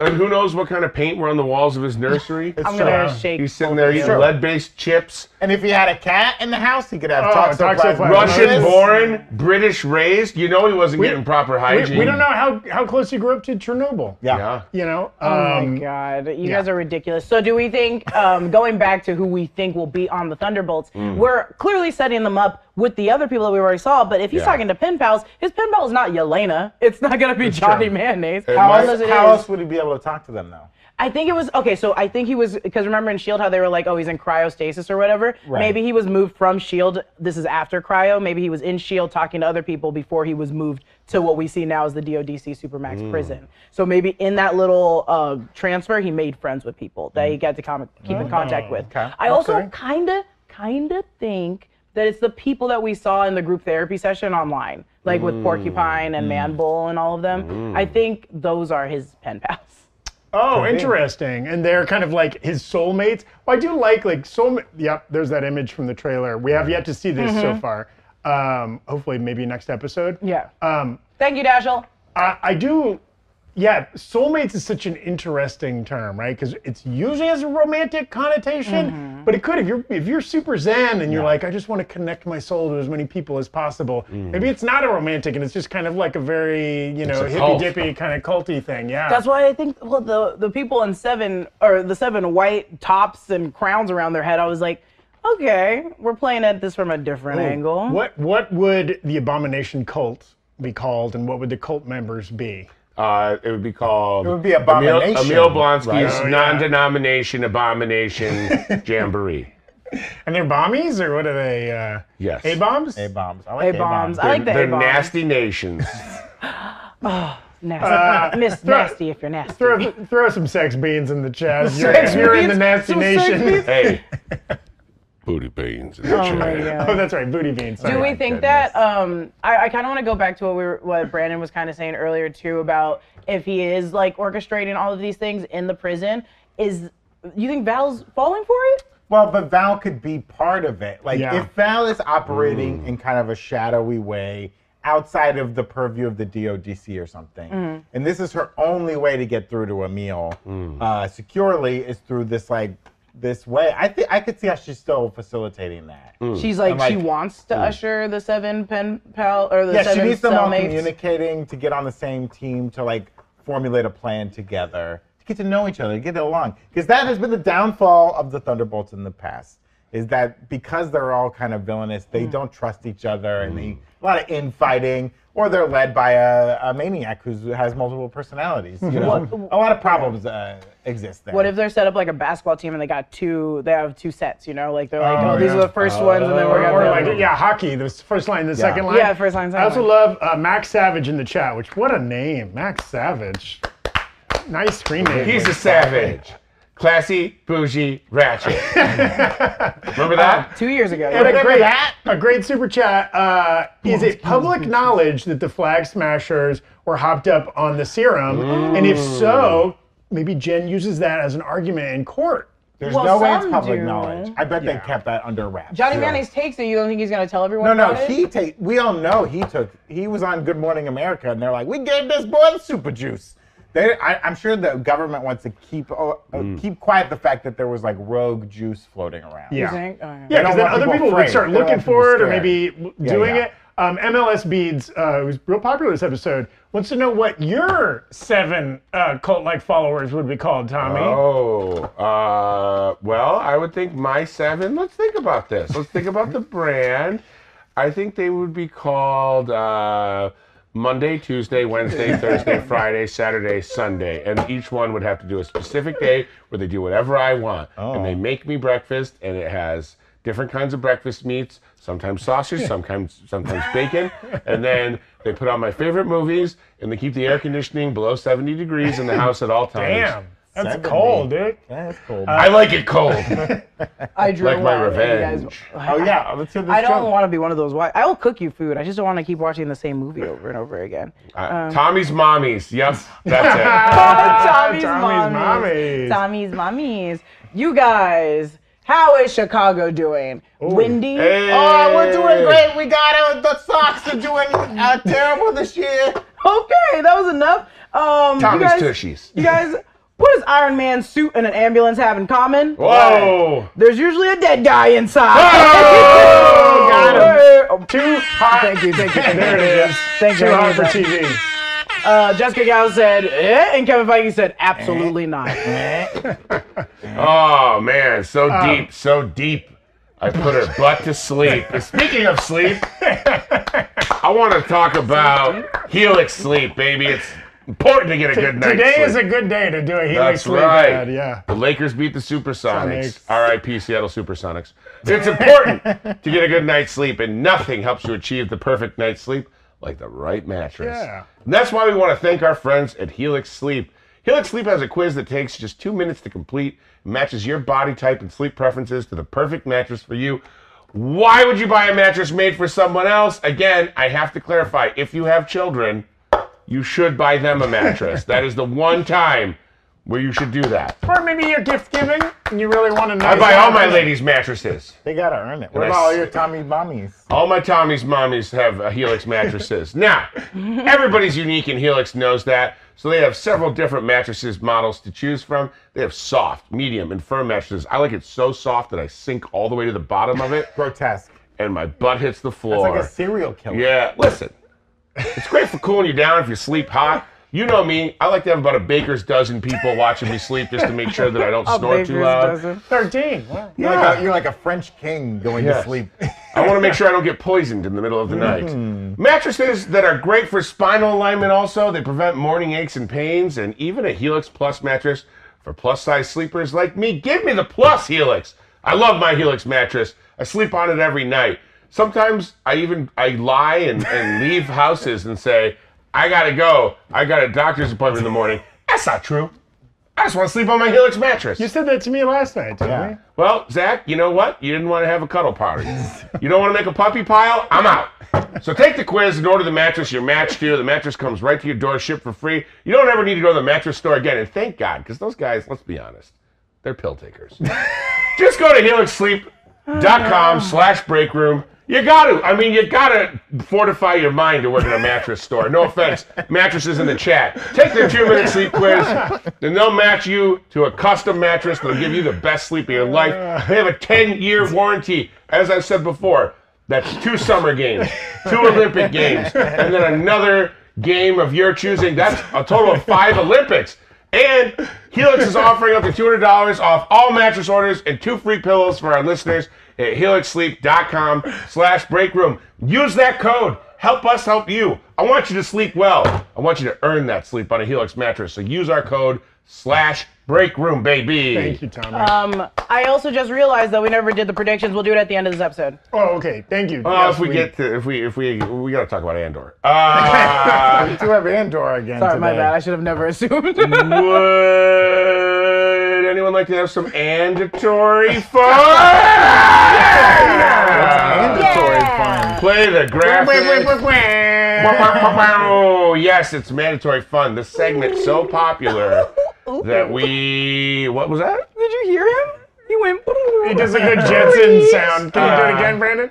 S2: And who knows what kind of paint were on the walls of his nursery?
S4: I'm gonna
S3: Sure.
S4: shake.
S2: He's sitting there eating
S3: Sure.
S2: lead-based chips,
S3: And if he had a cat in the house, he could have
S1: Oh,
S3: toxoplasmosis.
S1: toxoplasmosis.
S2: Russian born, British raised. You know he wasn't getting proper
S1: We,
S2: hygiene.
S1: we don't know how, how close he grew up to Chernobyl.
S3: Yeah.
S2: Yeah.
S1: You know?
S4: Oh
S1: um,
S4: my God, you
S1: yeah.
S4: guys are ridiculous. So, do we think, um, going back to who we think will be on the Thunderbolts,
S3: Hmm.
S4: we're clearly setting them up with the other people that we already saw. But if he's
S2: Yeah.
S4: talking to pen pals, his pen pal is not Yelena. It's not going to be Johnny Mayonnaise.
S3: How,
S4: Almost
S3: else,
S4: it
S3: how
S4: is.
S3: else would he be able to talk to them though?
S4: I think it was okay. So I think he was because remember in Shield how they were like, oh, he's in cryostasis or whatever.
S3: Right.
S4: Maybe he was moved from Shield. E This is after cryo. Maybe he was in Shield E talking to other people before he was moved to what we see now as the DODC Supermax
S3: Mm.
S4: prison. So maybe in that little uh, transfer, he made friends with people that he got to com- keep in contact with.
S3: Mm. Oh, okay.
S4: I also
S1: Okay.
S4: kind of kind of think that it's the people that we saw in the group therapy session online, like
S3: Mm.
S4: with Porcupine and Man Bull and all of them. I think those are his pen pals.
S1: Oh, interesting. And they're kind of like his soulmates. Well, I do like like soul. Yep, there's that image from the trailer. We have yet to see this so far. Um, hopefully, maybe next episode.
S4: Mm-hmm. Yeah.
S1: Um,
S4: Thank you, Dashel.
S1: I, I do. Yeah, soulmates is such an interesting term, right? Because it's usually has a romantic connotation,
S2: Mm-hmm.
S1: but it could if you're if you're super zen and you're like, I just want to connect my soul to as many people as possible. Maybe it's not a romantic, and it's just kind of like a very you know
S2: Mm. a cult.
S1: hippy dippy kind of culty thing. Yeah.
S4: That's why I think well the the people in seven or the seven white tops and crowns around their head. I was like, okay, we're playing at this from a different angle.
S1: What what would the abomination cult be called, and what would the cult members be?
S2: Uh, it would be called. It
S3: would be
S2: Emil,
S3: Abomination,
S2: Emil Blonsky's
S1: Oh, yeah.
S2: non-denomination abomination jamboree.
S1: And they're bombies, or what are they? Uh,
S2: Yes.
S1: A bombs.
S3: A bombs. I like
S4: A bombs. I
S2: They're,
S4: like the
S2: they're
S4: A bombs.
S2: nasty nations.
S4: Nasty. Miss nasty if you're nasty.
S1: Uh, Throw, throw some sex beans in the chat. You're, you're in the nasty
S4: Some sex
S1: nation.
S4: beans?
S2: hey, booty beans. in the
S4: Oh my
S2: chat.
S4: god.
S1: Oh, that's right, booty beans.
S4: Do
S1: sorry.
S4: we think that? Um, I, I kind of want to go back to what we were, what Brandon was kind of saying earlier too about if he is like orchestrating all of these things in the prison. Is you think Val's falling for it?
S3: Well, but Val could be part of it. Like
S1: Yeah.
S3: if Val is operating in kind of a shadowy way outside of the purview of the DODC or something, and this is her only way to get through to Emil uh, securely is through this like this way. I think I could see how she's still facilitating that.
S4: She's like,
S3: like,
S4: she wants to usher the seven pen pal or the
S3: Yeah, she
S4: seven
S3: needs them all
S4: cellmates.
S3: communicating to get on the same team to like formulate a plan together, to get to know each other, to get along. Because that has been the downfall of the Thunderbolts in the past. Is that because they're all kind of villainous, they
S4: Mm.
S3: don't trust each other, and they, a lot of infighting, or they're led by a, a maniac who has multiple personalities. You know, a lot of problems uh, exist there.
S4: What if they're set up like a basketball team and they got two? They have two sets, you know? Like they're like, oh,
S1: Oh,
S4: these
S1: yeah. Oh.
S4: are the first ones, and then we're
S1: Or
S4: gonna.
S1: like, yeah, hockey. The first line, the second line.
S4: Yeah, first line, second
S1: I also
S4: line.
S1: love uh, Max Savage in the chat. Which what a name, Max Savage. Nice screen name.
S2: He's a savage. Classy, bougie, ratchet. Remember that?
S4: two years ago.
S1: And a
S2: Remember
S1: great,
S2: that?
S1: a great super chat. Uh, is it public knowledge that the Flag Smashers were hopped up on the serum? And if so, maybe Jen uses that as an argument in court.
S3: There's
S4: Well,
S3: no way it's
S4: some
S3: public
S4: do.
S3: knowledge. I bet they kept that under wraps.
S4: Johnny Mayonnaise takes it. You don't think he's gonna tell everyone?
S3: No, no,
S4: about it?
S3: he take. We all know he took. He was on Good Morning America, and they're like, "We gave this boy the super juice." They, I, I'm sure the government wants to keep uh, uh,
S2: Mm.
S3: keep quiet the fact that there was like rogue juice floating around.
S1: Yeah.
S4: You think? Oh, yeah.
S1: Yeah,
S3: don't
S1: because then
S3: want
S1: other
S3: people
S1: people
S3: afraid.
S1: would start
S3: They don't
S1: looking
S3: want people
S1: for it or
S3: scared.
S1: maybe w- doing
S3: yeah.
S1: it. Um, MLS Beads, uh, who's real popular this episode, wants to know what your seven uh, cult-like followers would be called, Tommy.
S2: Oh, uh, well, I would think my seven. Let's think about this. Let's think about the brand. I think they would be called uh, Monday, Tuesday, Wednesday, Thursday, Friday, Saturday, Sunday, and each one would have to do a specific day where they do whatever I want, and they make me breakfast, and it has different kinds of breakfast meats, sometimes sausage, sometimes sometimes bacon, and then they put on my favorite movies, and they keep the air conditioning below 70 degrees in the house at all times.
S1: Damn, that's
S3: Seventy.
S1: cold, dude.
S3: Yeah, that's cool.
S2: I like it cold,
S1: Uh,
S4: I drew
S2: like
S4: a
S2: my
S4: line. You guys-
S2: revenge.
S3: oh yeah, let's hear this
S4: I don't
S3: joke.
S4: want to be one of those. Wives. I will cook you food. I just don't want to keep watching the same movie over and over again.
S2: Uh,
S1: um.
S2: Tommy's mommies. Yep, that's it.
S4: Tommy's,
S1: Tommy's mommies.
S4: mommies. Tommy's mommies. You guys, how is Chicago doing? Windy.
S2: Hey.
S3: Oh, we're doing great. We got it. The Sox are doing uh, terrible this year.
S4: Okay, that was enough. Um,
S2: Tommy's
S4: you guys,
S2: tushies.
S4: You guys, what does Iron Man's suit and an ambulance have in common?
S2: Whoa!
S4: There's usually a dead guy inside.
S1: Oh, got him.
S4: Hey, oh,
S1: Too hot. Thank you, thank you. There it is.
S4: Thank you.
S1: Too hot for TV.
S4: Uh, Jessica Gao said, eh, and Kevin Feige said, absolutely not.
S1: Eh.
S2: Oh man, so deep, so deep. I put her butt to sleep. And Speaking of sleep, I want to talk about Helix sleep, baby. It's important to get a good night's
S1: Today
S2: sleep.
S1: is a good day to do a Helix
S2: That's
S1: sleep
S2: right.
S1: ad, Yeah.
S2: The Lakers beat the Supersonics.
S1: Sonics.
S2: R.I.P. Seattle Supersonics. It's important to get a good night's sleep, and nothing helps you achieve the perfect night's sleep like the right mattress.
S1: Yeah.
S2: And that's why we want to thank our friends at Helix Sleep. Helix Sleep has a quiz that takes just two minutes to complete, matches your body type and sleep preferences to the perfect mattress for you. Why would you buy a mattress made for someone else? Again, I have to clarify if you have children, you should buy them a mattress. that is the one time where you should do that.
S1: Or maybe you're gift giving and you really want to know.
S2: I buy all my ladies' mattresses.
S3: They gotta earn it. What
S2: Nice.
S3: about all your Tommy mommies?
S2: All my Tommy's mommies have uh, Helix mattresses. Now, everybody's unique and Helix knows that. So they have several different mattresses models to choose from. They have soft, medium, and firm mattresses. I like it so soft that I sink all the way to the bottom of it
S3: Grotesque.
S2: and my butt hits the
S3: It's
S2: floor.
S3: like a serial killer.
S2: Yeah, listen. It's great for cooling you down if you sleep hot. You know me. I like to have about a baker's dozen people watching me sleep just to make sure that I don't snore too
S4: Baker's
S2: loud.
S4: dozen.
S1: 13. Wow.
S3: You're, like a, you're like a French king going
S2: Yes.
S3: to sleep.
S2: I want to make sure I don't get poisoned in the middle of the night. Mattresses that are great for spinal alignment also. They prevent morning aches and pains, and even a Helix Plus mattress for plus size sleepers like me. Give me the Plus Helix. I love my Helix mattress. I sleep on it every night. Sometimes I even I lie and, and leave houses and say, I gotta go. I got a doctor's appointment in the morning. That's not true. I just want to sleep on my Helix mattress.
S1: You said that to me last night, didn't
S3: Yeah.
S1: you?
S2: Well, Zach, you know what? You didn't want to have a cuddle party. you don't want to make a puppy pile? I'm out. So take the quiz and order the mattress you're matched to. The mattress comes right to your door, shipped for free. You don't ever need to go to the mattress store again. And thank God, because those guys, let's be honest, they're pill takers. Just go to helixsleep.com slash break room. You got to. I mean, you got to fortify your mind to work in a mattress store. No offense, mattresses in the chat. Take the two minute sleep quiz, and they'll match you to a custom mattress that'll give you the best sleep of your life. They have a 10 year warranty. As I've said before, that's two summer games, two Olympic games, and then another game of your choosing. That's a total of five Olympics. And Helix is offering up to $200 off all mattress orders and two free pillows for our listeners at helixsleep.com slash breakroom. Use that code. Help us help you. I want you to sleep well. I want you to earn that sleep on a Helix mattress. So use our code slash breakroom, baby.
S1: Thank you, Tommy.
S4: Um, I also just realized that we never did the predictions. We'll do it at the end of this episode.
S1: oh, okay. Thank you.
S2: Well,
S1: Yes,
S2: if we, get to, if we, if we, we got to talk about Andor. Uh,
S3: We do have Andor again.
S4: Sorry,
S3: today.
S4: my bad. I should have never assumed.
S1: Mm,
S2: Would anyone like to have some andatory fun? Yeah!
S3: Mandatory fun.
S2: Play the graphic. Oh, yes, it's mandatory fun. This segment's so popular that we. What was that?
S4: did you hear him? He went.
S1: He does a good Jetson sound. Can you do
S2: Uh,
S1: it again, Brandon?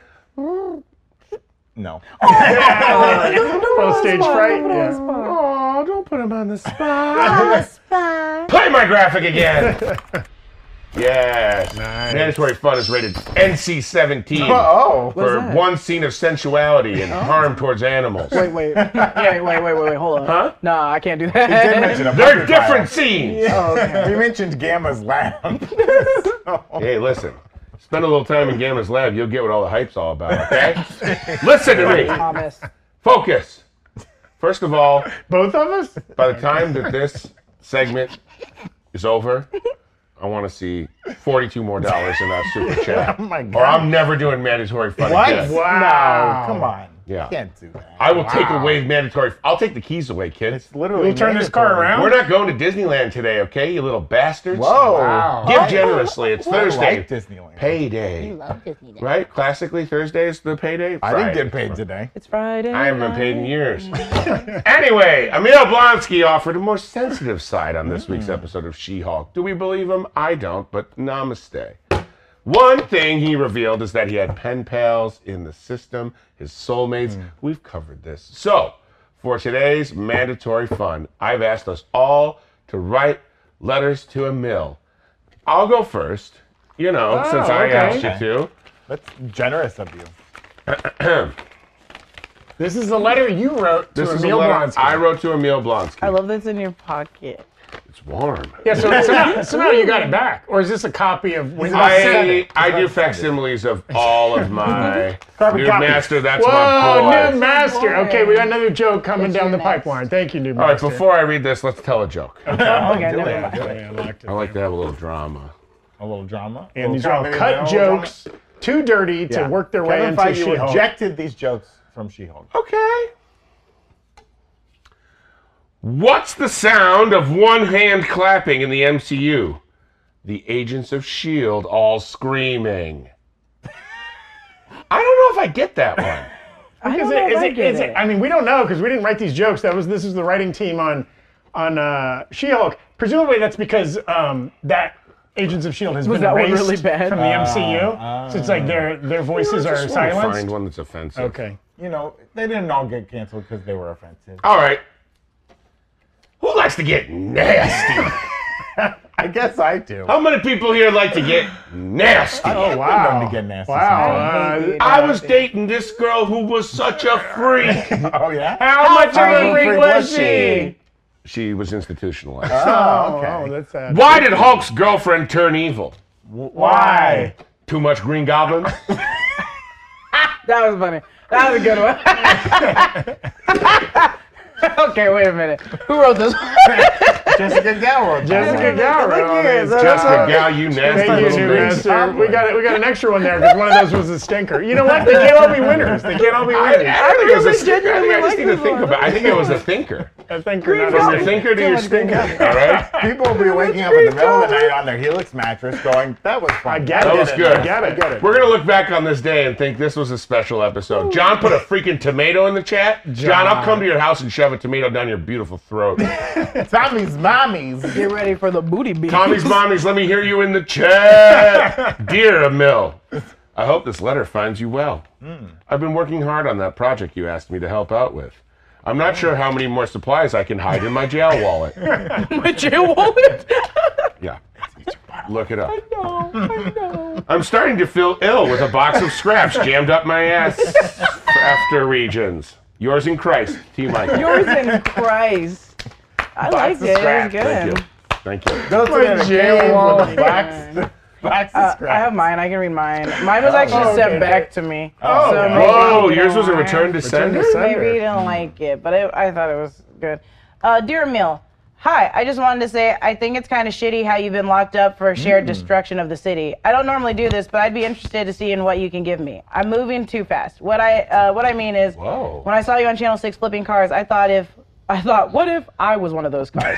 S3: No.
S4: Oh.
S1: Little stage fright. Yeah.
S2: Oh, don't put him on the spot. Play my graphic again. yes.
S1: Nice.
S2: Mandatory fun is rated NC 17.
S3: Oh.
S2: for
S4: that? Oh.
S2: one scene of sensuality and harm towards animals.
S4: Wait, wait, wait, wait, wait, wait, wait. Hold on.
S2: Huh?
S4: Nah, I can't do
S3: We did
S4: that.
S3: mention a
S2: They're
S3: puppy
S2: different
S3: pile.
S2: scenes.
S4: Oh, okay.
S3: We mentioned Gamma's Lounge.
S2: Hey, listen. Spend a little time in Gamma's lab. You'll get what all the hype's all about, okay? Listen to me.
S4: Thomas.
S2: Focus. First of all,
S1: Both of us?
S2: by the time that this segment is over, I want to see 42 more dollars in that super chat.
S3: Oh my
S2: Or I'm
S3: God.
S2: never doing mandatory fun
S3: What?
S2: again.
S1: Wow.
S3: No, come on.
S2: Yeah.
S3: Can't do that.
S2: I will take away mandatory. I'll take the keys away, kids.
S3: It's literally.
S1: We'll turn this car
S3: mandatory.
S1: around.
S2: We're not going to Disneyland today, okay, you little bastards?
S3: Whoa.
S1: Wow.
S2: Give generously. It's Thursday.
S3: like Disneyland.
S2: Payday.
S6: love Disney. Day.
S2: Right? Classically, Thursday is the payday.
S3: I didn't
S2: Friday.
S3: get paid today.
S4: It's Friday.
S2: I haven't been paid in years. anyway, Emil Blonsky offered a more sensitive side on this
S1: Mm.
S2: week's episode of She Hulk. Do we believe him? I don't, but namaste. One thing he revealed is that he had pen pals in the system, his soulmates.
S1: Mm.
S2: We've covered this. So, for today's mandatory fun, I've asked us all to write letters to Emil. I'll go first, you know, since I
S1: Oh, okay.
S2: asked you to.
S3: That's generous of you.
S1: This is the letter you wrote to
S2: This is a
S1: Emil
S2: letter
S1: Blonsky.
S2: I wrote to Emil
S5: I
S2: Blonsky.
S5: love that's in your pocket.
S2: It's warm.
S1: Yeah, so somehow, somehow you got it back. Or is this a copy of when you sent it?
S2: I, I do facsimiles of all of my
S3: Carbon
S2: new
S3: copy.
S2: master. That's my
S1: Whoa,
S2: boy.
S1: new master. Okay, we got another joke coming down the pipeline. Thank you, new
S2: all right,
S1: master.
S2: before I read this, let's tell a joke. I
S5: okay, never mind.
S1: Okay, I unlocked it.
S2: like to have a little drama.
S3: A little drama.
S1: And these
S3: Little
S1: are all
S3: comedy,
S1: cut
S3: little drama.
S1: jokes, too dirty to
S3: Yeah.
S1: work their way
S3: Kevin
S1: into
S3: Feige
S1: She-Hulk.
S3: rejected these jokes from She-Hulk.
S2: Okay. What's the sound of one hand clapping in the MCU? The agents of S.H.I.E.L.D. E all screaming. I don't know if I get that one.
S4: I
S1: Is
S4: don't know
S1: it,
S4: if
S1: is
S4: I
S1: it,
S4: get
S1: is
S4: it.
S1: it, I mean, we don't know because we didn't write these jokes. That was this is the writing team on on uh, She-Hulk. Presumably, that's because um, that Agents of Shield E has
S4: Was
S1: been
S4: that one
S1: erased
S4: really bad?
S1: from the MCU, so it's like their their voices
S2: I
S1: are
S2: just wanna
S1: silenced.
S2: Find one that's offensive.
S1: Okay.
S3: You know, they didn't all get canceled because they were offensive.
S2: All right. Who likes to get nasty?
S3: I guess I do.
S2: How many people here like to get nasty?
S1: Oh
S3: I'm
S1: wow!
S3: known to get nasty
S1: Wow!
S4: sometimes.
S1: Uh,
S4: I
S2: I was dating this girl who was such a freak.
S1: Uh,
S3: Oh yeah.
S1: how much of
S3: How
S1: a freak
S3: freak
S1: was
S3: was
S1: she?
S2: She was institutionalized.
S1: Oh,
S3: Oh, okay.
S1: that's sad.
S2: Why did Hulk's girlfriend turn evil?
S3: Why?
S2: Too much Green Goblin?
S4: That was funny. That was a good one. okay, wait a minute. Who wrote this?
S3: Jessica Gallo.
S1: Jessica Gallo. on
S4: you,
S1: his
S4: Zara.
S1: job.
S2: Jessica Gal, you nasty
S1: Thank you,
S2: little
S1: New
S2: bitch.
S1: Master. We got it. We got an extra one there because one of those was a stinker. You know what? They can't all be winners. They can't all be
S2: I, I
S1: winners.
S2: don't think it was a
S4: really
S2: stinker. I think I
S4: genuinely
S2: just need to
S4: like
S2: think
S4: this
S2: about I think it was a thinker.
S1: I think we're not a
S2: From your
S1: stinker.
S2: thinker to your stinker. All right?
S3: People will be waking up in the middle of the night on their Helix mattress going, that was fun.
S1: I get
S2: That
S1: it.
S2: was
S1: I
S2: good.
S1: get it. Get it.
S2: We're gonna look back on this day and think this was a special episode. John put a freaking tomato in the chat. John, I'll come to your house and shove a tomato down your beautiful throat.
S3: Tommy's mommies.
S4: Get ready for the booty beat.
S2: Tommy's mommies, let me hear you in the chat. Dear Emil, I hope this letter finds you well. I've been working hard on that project you asked me to help out with. I'm not sure how many more supplies I can hide in my jail wallet.
S4: With your wallet.
S2: Yeah. Look it up. I know, I know. I'm starting to feel ill with a box of scraps jammed up my ass after regions. Yours in Christ, T. Michael.
S4: Yours in Christ. I like
S3: Box
S4: it.
S3: of
S4: It was
S3: scraps.
S4: good.
S2: Thank you. Thank you.
S3: Go to the
S1: jail
S3: cave
S1: wall.
S3: with a box, box of
S4: Uh, I have
S3: scraps.
S4: mine. I can read mine. Mine was actually
S1: Oh, okay,
S4: sent
S1: okay.
S4: back to me.
S3: Oh, okay.
S4: maybe
S2: Whoa,
S4: you
S2: yours
S4: don't
S2: was a
S4: mind.
S2: return to sender?
S1: sender.
S4: Maybe you didn't like it, but I, I thought it was good. Uh, dear Emil, hi. I just wanted to say I think it's kind of shitty how you've been locked up for shared destruction of the city. I don't normally do this, but I'd be interested to see in what you can give me. I'm moving too fast. What I uh, what I mean is,
S2: Whoa.
S4: when I saw you on Channel Six flipping cars, I thought if I thought, what if I was one of those cars?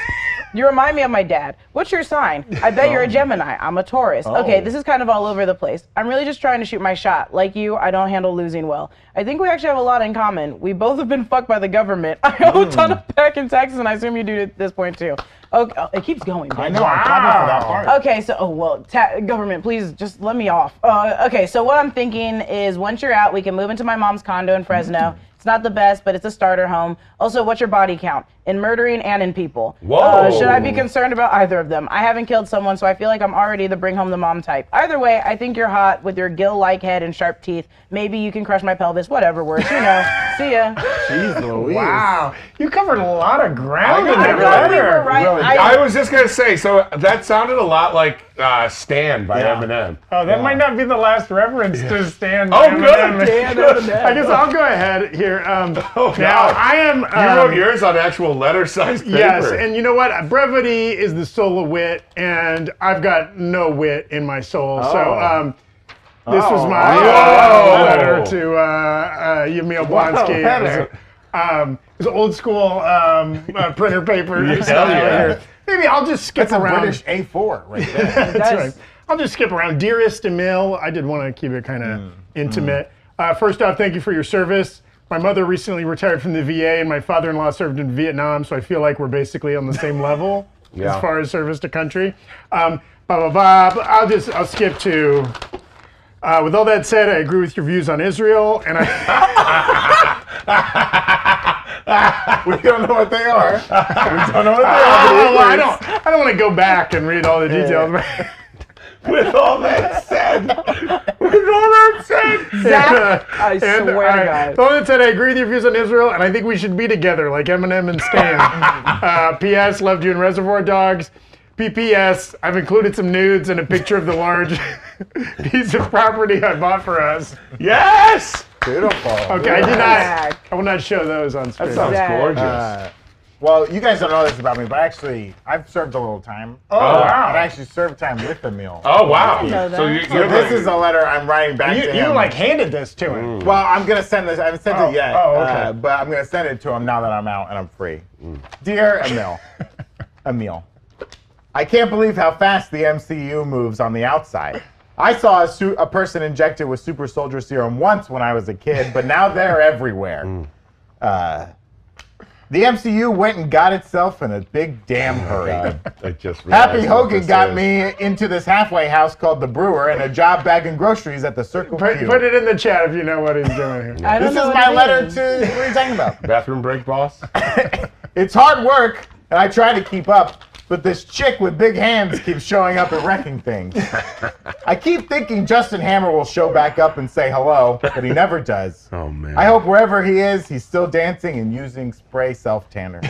S4: You remind me of my dad. What's your sign? I bet you're a Gemini. I'm a Taurus. Okay, this is kind of all over the place. I'm really just trying to shoot my shot. Like you, I don't handle losing well. I think we actually have a lot in common. We both have been fucked by the government. I owe a ton of back in taxes, and I assume you do at this point too. Okay, oh, it keeps going.
S3: I know, I'm coming for that part.
S4: Okay, so oh well, ta- government, please just let me off. Uh, okay, so what I'm thinking is once you're out, we can move into my mom's condo in Fresno. It's not the best, but it's a starter home. Also, what's your body count in murdering and in people?
S2: Whoa.
S4: Uh, should I be concerned about either of them? I haven't killed someone, so I feel like I'm already the bring home the mom type. Either way, I think you're hot with your gill-like head and sharp teeth. Maybe you can crush my pelvis. Whatever works, you know. See ya.
S3: Jeez Louise.
S1: Wow, you covered a lot of ground in
S2: I
S1: that
S2: thought we
S1: letter.
S4: were right.
S1: Really.
S4: I-
S2: I was just gonna say, so that sounded a lot like uh, "Stand" by
S3: Yeah.
S2: Eminem.
S1: Oh, that might not be the last reference to Stan.
S2: Oh,
S1: Eminem.
S2: good. Dan Eminem.
S1: I guess I'll go ahead here. Um,
S2: Oh,
S1: now
S2: God.
S1: I am.
S2: You
S1: um,
S2: wrote yours on actual letter-sized paper.
S1: Yes, and you know what? Brevity is the soul of wit, and I've got no wit in my soul. So
S3: Oh.
S1: um, this was
S3: Oh.
S1: my
S2: Whoa.
S1: uh, letter to uh, uh, Yamil Blonsky. It was,
S3: letter.
S1: um, it was old school um, uh, printer paper. style
S2: yeah.
S1: here. Maybe I'll just skip
S3: That's a
S1: around.
S3: British A4 right there.
S1: That's
S4: That's-
S1: right. I'll just skip around. Dearest Emil, I did want to keep it kind of intimate. Uh, first off, thank you for your service. My mother recently retired from the VA, and my father in law served in Vietnam, so I feel like we're basically on the same level
S2: Yeah.
S1: as far as service to country. Um, blah, blah, blah. I'll just I'll skip to. Uh, with all that said, I agree with your views on Israel, and I,
S3: we don't know what they are. We don't know what they
S1: I,
S3: are.
S1: don't, I don't, want to go back and read all the details.
S2: with all that said, with all that said,
S4: Zach, I
S1: And
S4: swear
S1: I-
S4: to God.
S1: The one that said, I agree with your views on Israel, and I think we should be together, like Eminem and Stan. uh, P.S. Loved you in Reservoir Dogs. P.P.S. I've included some nudes and a picture of the large piece of property I bought for us.
S2: yes,
S3: Beautiful.
S1: Okay, I did
S4: Zach.
S1: not. I will not show those on screen.
S2: that sounds
S4: Zach.
S2: gorgeous.
S3: Uh, well, you guys don't know this about me, but actually, I've served a little time. Oh,
S2: wow.
S3: I've actually served time with the meal.
S2: oh wow!
S4: know
S2: So
S4: that.
S2: you,
S3: So
S2: you're
S3: this is a letter I'm writing back to him.
S1: handed this to him.
S2: Mm.
S3: Well, I'm gonna send this. I haven't sent
S1: Oh,
S3: it yet.
S1: oh, okay. Mm.
S3: uh, but I'm gonna send it to him now that I'm out and I'm free. Dear Emil, Emil, I can't believe how fast the MCU moves on the outside. I saw a, su- a person injected with super soldier serum once when I was a kid, but now they're everywhere.
S1: Mm.
S3: Uh, the MCU went and got itself in a big
S1: Oh
S3: damn hurry.
S2: I just
S3: Happy
S2: realized what
S3: Hogan
S2: this
S3: got
S2: is.
S3: me into this halfway house called the Brewer and a job bagging groceries at the Circle
S1: Put,
S3: Q.
S1: put it in the chat if you know what he's doing here.
S4: I don't
S3: This
S4: know
S3: is
S4: what
S3: my
S4: it
S3: letter
S4: means.
S3: to. What are you talking about?
S2: Bathroom break, boss.
S3: It's hard work, and I try to keep up, but this chick with big hands keeps showing up and wrecking things. I keep thinking Justin Hammer will show back up and say hello, but he never does.
S2: Oh, man.
S3: I hope wherever he is, he's still dancing and using spray self tanner.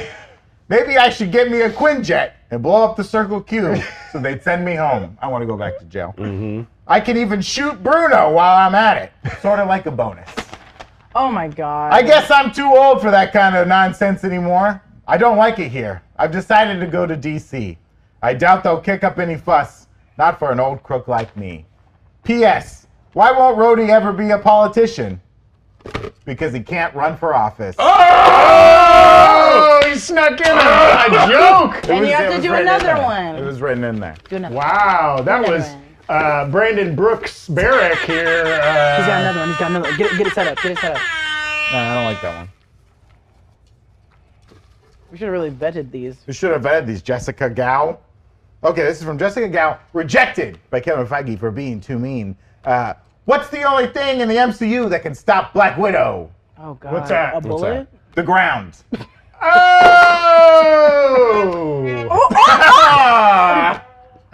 S3: Maybe I should get me a Quinjet and blow up the Circle Q so they'd send me home. I want to go back to jail. I can even shoot Bruno while I'm at it, sort of like a bonus.
S4: Oh my God.
S3: I guess I'm too old for that kind of nonsense anymore. I don't like it here. I've decided to go to DC. I doubt they'll kick up any fuss. Not for an old crook like me. P.S. Why won't Rhodey ever be a politician? Because he can't run for office.
S1: Oh, he snuck in a, a joke.
S3: It
S4: And you have
S3: it
S4: to do
S3: written in
S4: another
S3: there.
S4: one.
S3: It was written in there.
S4: Do another.
S1: Wow, that
S4: Another
S1: was
S4: one.
S1: uh, Brandon Brooks Barrick here. Uh,
S4: He's got another one. He's got another. one. Get, it- get it set up. Get it set up.
S3: No, I don't like that one.
S4: We should have really vetted these.
S3: We should have had these Jessica Gao. Okay, this is from Jessica Gao, rejected by Kevin Feige for being too mean. Uh, what's the only thing in the MCU that can stop Black Widow?
S4: Oh God.
S1: What's that?
S4: A
S1: What's
S4: bullet?
S2: that?
S3: The ground.
S1: Oh!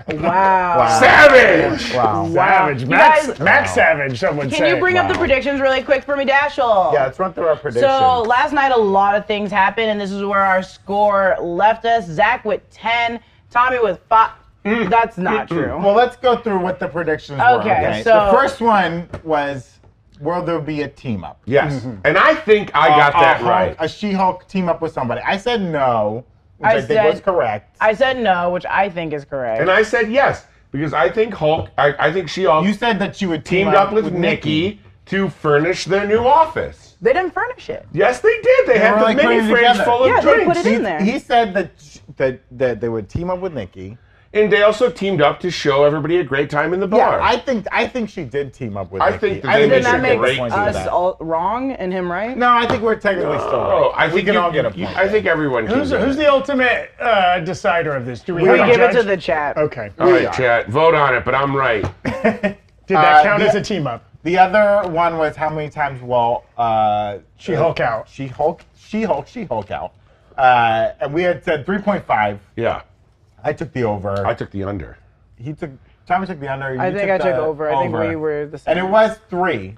S4: Wow.
S2: Savage.
S3: Wow.
S1: Savage. Max,
S4: guys-
S1: Max Savage, someone
S4: Can you bring up the predictions really quick for me, Dashel?
S3: Yeah, let's run through our predictions.
S4: So last night, a lot of things happened, and this is where our score left us. Zach with 10, Tommy with 5. That's not true.
S3: well, let's go through what the predictions were.
S4: Okay, so-
S3: the first one was will there be a team up?
S2: Yes,
S3: Mm-hmm.
S2: and I think
S1: Uh,
S2: I got
S3: A- a
S2: that
S3: Hulk-
S2: right.
S3: A She-Hulk team up with somebody. I said no, which
S4: I
S3: I, think
S4: said-
S3: was correct.
S4: I said no, which I think is correct.
S2: And I said yes because I think Hulk. I, I think she all
S3: you said that you would team
S2: teamed up with, Nikki to furnish their new office.
S4: they didn't furnish it.
S2: Yes, they did. They, had
S3: were,
S2: the
S3: like, putting it
S2: mini fridge
S3: together.
S2: full of
S4: Yeah, they
S2: drinks,
S4: put it in there.
S3: He said that sh- that that they would team up with Nikki.
S2: and they also teamed up to show everybody a great time in the
S3: Yeah,
S2: bar.
S3: I think I think she did team up with.
S2: I
S3: Nikki.
S2: think that they
S4: Then
S2: Then
S4: that
S2: should
S3: we're
S2: get
S4: makes
S2: ranked
S3: points for
S4: us
S3: that.
S4: all wrong and him right.
S3: No, I think we're technically still.
S2: oh,
S3: right.
S2: I
S3: we
S2: think
S3: can
S2: you-
S3: all get a point.
S2: you- I think everyone. can
S1: Who's,
S2: get
S1: who's
S2: it.
S1: the ultimate uh, decider of this? Do we,
S4: We
S1: have a
S4: give it to
S1: judge?
S4: the chat.
S1: Okay.
S2: All
S3: We
S2: right,
S3: are.
S2: chat. Vote on it, but I'm right.
S1: Did that
S3: Uh,
S1: count
S3: the-
S1: as a team up?
S3: The other one was how many times will uh,
S1: She Hulk out.
S3: She Hulk. She Hulk. She Hulk out. Uh, and we had said 3.5.
S2: Yeah.
S3: I took the over.
S2: I took the under.
S3: he took. Tommy took the under.
S4: I
S3: you
S4: think I took
S3: the
S4: over. I think we were the same.
S3: And it was three.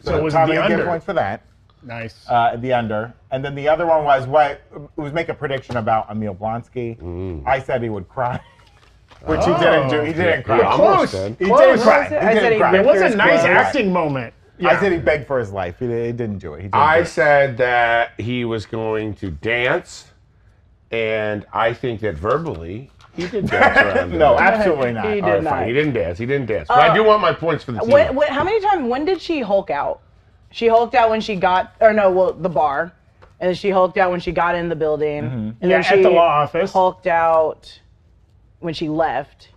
S1: So it was
S3: Tommy
S1: the
S3: would get
S1: under.
S3: points for that.
S1: Nice.
S3: Uh, the under. And then the other one was what was make a prediction about Emil Blonsky. I said he would cry, which
S1: Oh.
S3: he didn't do. He didn't cry.
S2: You're almost
S1: Close.
S2: dead.
S3: He
S1: Close.
S3: didn't cry.
S1: I
S3: He
S1: said-
S4: I said
S3: didn't
S4: he
S3: cry.
S1: It was a
S4: Here's
S1: nice
S4: where-
S1: acting moment.
S3: I said he begged for his life. He, he didn't do it. He didn't do
S2: I
S3: it.
S2: said that he was going to dance, and I think that verbally he did dance around.
S3: No,
S2: it.
S3: absolutely not.
S4: He did
S2: All right,
S4: not.
S2: fine. He didn't dance. He didn't dance. But
S4: Uh,
S2: I do want my points for the team.
S4: When, when, how many times? When did she Hulk out? She hulked out when she got, or no, well, the bar, and then she hulked out when she got in the building,
S3: Mm-hmm.
S4: and
S1: Yeah,
S4: then she
S1: at the law office.
S4: hulked out when she left.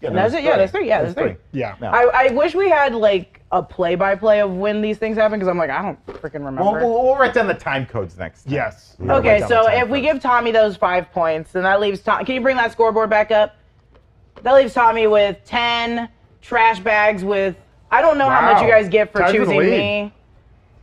S3: Yeah,
S4: And that's it. Yeah, that's three. Yeah, that's
S3: There's
S4: three.
S1: Yeah.
S3: No.
S4: I, I wish we had like a play-by-play of when these things happen because I'm like I don't freaking remember.
S3: We'll, we'll, we'll write down the time codes next. time.
S1: Yes.
S3: down
S4: okay,
S3: the
S4: so
S3: time
S4: if we
S3: first.
S4: give Tommy those five points, then that leaves Tom. Can you bring that scoreboard back up? That leaves Tommy with ten trash bags. With I don't know how much
S1: Wow.
S4: you guys get for
S1: Tied for the
S4: choosing
S1: lead.
S4: me.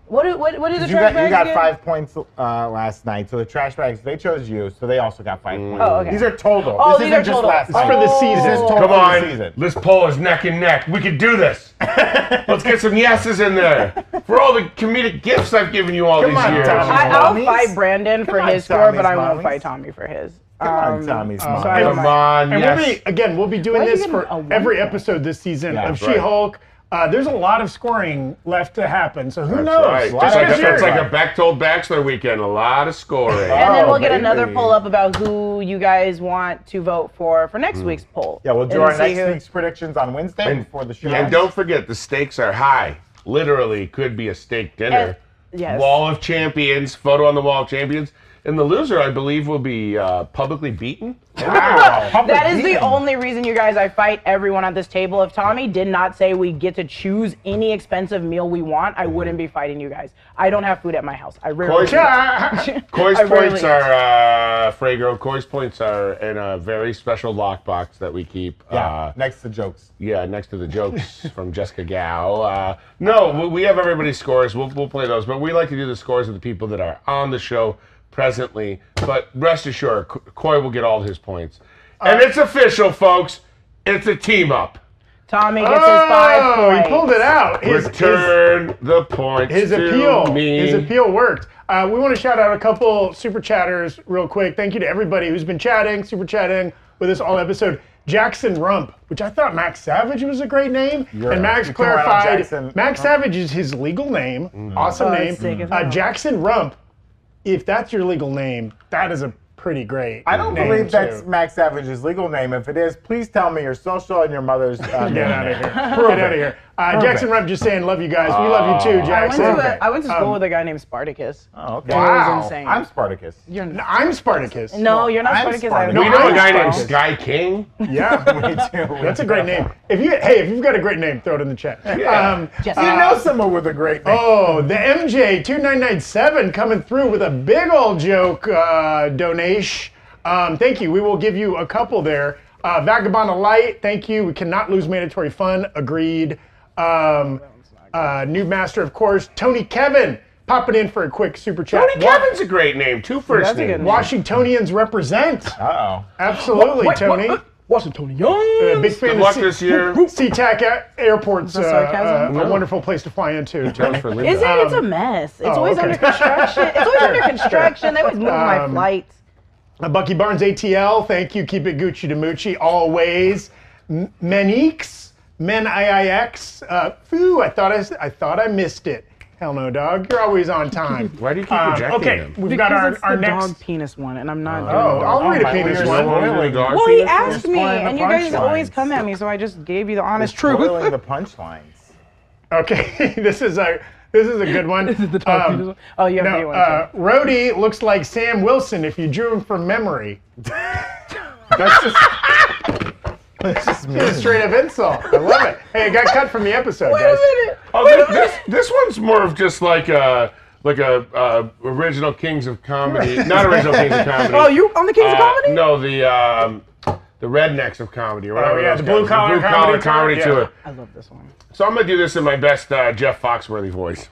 S4: What do what what do the
S3: You got,
S4: trash bags
S3: you got
S4: get?
S3: five points uh, last night, so the trash bags they chose you, so they also got five points.
S4: Oh, okay.
S3: These are total.
S4: Oh,
S3: this
S4: these
S3: isn't
S4: are
S3: just
S4: total.
S3: last
S4: It's
S3: night.
S1: for the
S4: Oh.
S1: season.
S3: This is total
S2: Come
S3: for the
S2: on,
S3: season.
S2: this poll is neck and neck. We can do this. Let's get some yeses in there for all the comedic gifts I've given you all
S3: Come
S2: these
S3: on,
S2: years.
S3: Tommy.
S4: I, I'll
S3: Mommies?
S4: fight Brandon for
S3: Come on,
S4: his score, but
S3: Tommy's
S4: I won't
S3: mommies.
S4: fight Tommy for his.
S3: Come on,
S4: Um,
S3: Tommy's
S4: so
S3: mom.
S4: I don't
S2: Come
S4: mind.
S2: on,
S1: And
S2: yes.
S1: we'll be again. We'll be doing
S4: Why are you
S1: this
S4: giving
S1: for
S4: a one
S1: every
S4: point?
S1: episode this season
S3: Yeah,
S1: of
S2: right.
S1: She-Hulk. Uh, there's a lot of scoring left to happen, so who knows?
S2: That's right.
S3: Last
S2: Just like, that's
S3: year's.
S2: like a Bechtold Bachelor weekend. A lot of scoring.
S4: And then
S3: Oh,
S4: we'll get another
S3: baby.
S4: poll up about who you guys want to vote for for next week's poll.
S3: Hmm. Yeah, we'll do
S4: And
S3: our
S4: see
S3: next
S4: who-
S3: week's predictions on Wednesday before the show.
S2: And don't forget, the stakes are high. Literally, could be a steak dinner.
S4: And- yes.
S2: Wall of champions, photo on the wall of champions. And the loser, I believe, will be uh, publicly beaten.
S3: Wow.
S4: That is the only reason, you guys, I fight everyone at this table. If Tommy did not say we get to choose any expensive meal we want, I wouldn't be fighting you guys. I don't have food at my house. I rarely.
S2: Coy's,
S1: Yeah.
S2: Coy's
S4: I rarely
S2: points
S4: eat.
S2: are, uh, Frago, Coy's points are in a very special lockbox that we keep.
S3: Yeah,
S2: Uh,
S3: next to jokes.
S2: yeah, next to the jokes from Jessica Gao. Uh, no, we- we have everybody's scores. We'll, we'll play those, but we like to do the scores of the people that are on the show presently. But rest assured, Co- Coy will get all his points.
S1: Uh,
S2: And it's official, folks. It's a team up.
S4: Tommy gets his five
S1: Oh,
S4: points.
S1: he pulled it out. His, his,
S2: Return the points.
S1: his
S2: to
S1: appeal,
S2: me.
S1: his appeal worked. Uh, we want to shout out a couple super chatters real quick. Thank you to everybody who's been chatting, super chatting with us all episode. Jackson Rump, which I thought Max Savage was a great name,
S3: You're
S1: and
S3: a-
S1: Max
S3: you're coming out
S1: clarified
S3: Jackson Uh-huh. Mm-hmm.
S1: Max
S3: Rump.
S1: Savage is his legal name. Awesome
S4: Oh, that's sick
S1: name.
S4: as
S1: Uh,
S4: hell.
S1: Jackson Rump. If that's your legal name, that is a pretty great.
S3: I don't
S1: name,
S3: believe that's
S1: too.
S3: Max Savage's legal name. If it is, please tell me your social and your mother's. Uh,
S1: Get
S3: name.
S1: out of here. Get out of here. Uh, Jackson Rump just saying, love you guys. We love you too,
S4: I went,
S1: Jackson.
S4: to a, I went to school
S1: Um,
S4: with a guy named Spartacus.
S3: Oh, okay.
S1: Wow.
S4: insane.
S3: I'm Spartacus.
S4: You're not.
S1: I'm Spartacus.
S4: No, you're not
S3: I'm
S4: Spartacus.
S3: Spartacus.
S2: Do
S4: I
S2: you know a
S1: I'm
S2: guy named
S1: surprised.
S2: Sky King?
S1: Yeah. That's a great name. If you hey, if you've got a great name, throw it in the chat. Um,
S4: Just-
S3: You know someone with a great name.
S1: oh, the MJ two nine nine seven coming through with a big old joke uh, donation. Um, thank you. We will give you a couple there. Uh, Vagabond of Light, thank you. We cannot lose mandatory fun. Agreed. Um, uh, new master, of course. Tony Kevin popping in for a quick super chat.
S2: Tony
S1: Wa-
S2: Kevin's a great name. Two first
S4: That's a
S2: names.
S4: good name.
S1: Washingtonians represent.
S3: Uh oh.
S1: Absolutely, Tony. Uh, big fan
S2: Good
S1: of
S2: luck
S1: C-
S2: this year.
S1: SeaTac a- Airport's uh,
S4: sarcasm?
S1: uh, a
S2: No.
S1: wonderful place to fly into.
S2: That was
S1: Tony.
S2: for Linda.
S4: Is it? It's a mess. It's always
S1: okay.
S4: under construction. It's always under construction. They always move my
S1: Um,
S4: flights.
S1: Uh, Bucky Barnes ATL, thank you. Keep it Gucci to Moochie always. M- Menix, Men IIX. Uh, phew, I thought I, s- I thought I missed it. Hell no, dog. You're always on time.
S2: Why do you keep
S1: Um,
S2: rejecting
S1: okay,
S2: him?
S1: we've got our,
S4: it's
S1: our
S4: the
S1: next.
S4: dog penis one, and I'm not
S1: Oh,
S4: doing
S1: I'll read
S3: Oh,
S1: a
S3: my
S1: penis
S3: ears
S1: one.
S3: are boiling.
S4: Well, he
S2: Penis
S4: asked me,
S3: playing the
S4: and you guys
S3: punchlines.
S4: always come at me, so I just gave you the honest truth.
S3: Spoiling the punchlines.
S1: Okay, this is a this is a good one. Um, this is the
S4: dog penis one. Oh, you have to do
S1: no,
S4: one,
S1: uh, Rhodey looks like Sam Wilson if you drew him from memory.
S3: That's just. that's just mean.
S1: Straight up insult. I love it. Hey, it got cut from the episode, guys.
S2: Oh, thi- this, this one's more of just like a like a uh, original Kings of Comedy, not original Kings of Comedy.
S4: Oh, you Oh, on the
S2: uh,
S4: Kings of Comedy?
S2: No, the um, the rednecks of comedy, or whatever.
S1: yeah,
S2: those
S1: the
S2: guys-
S1: blue-collar
S2: blue collar
S1: comedy
S2: comedy,
S1: tour,
S2: tour.
S1: yeah.
S4: I love this one.
S2: So I'm gonna do this in my best uh, Jeff Foxworthy voice.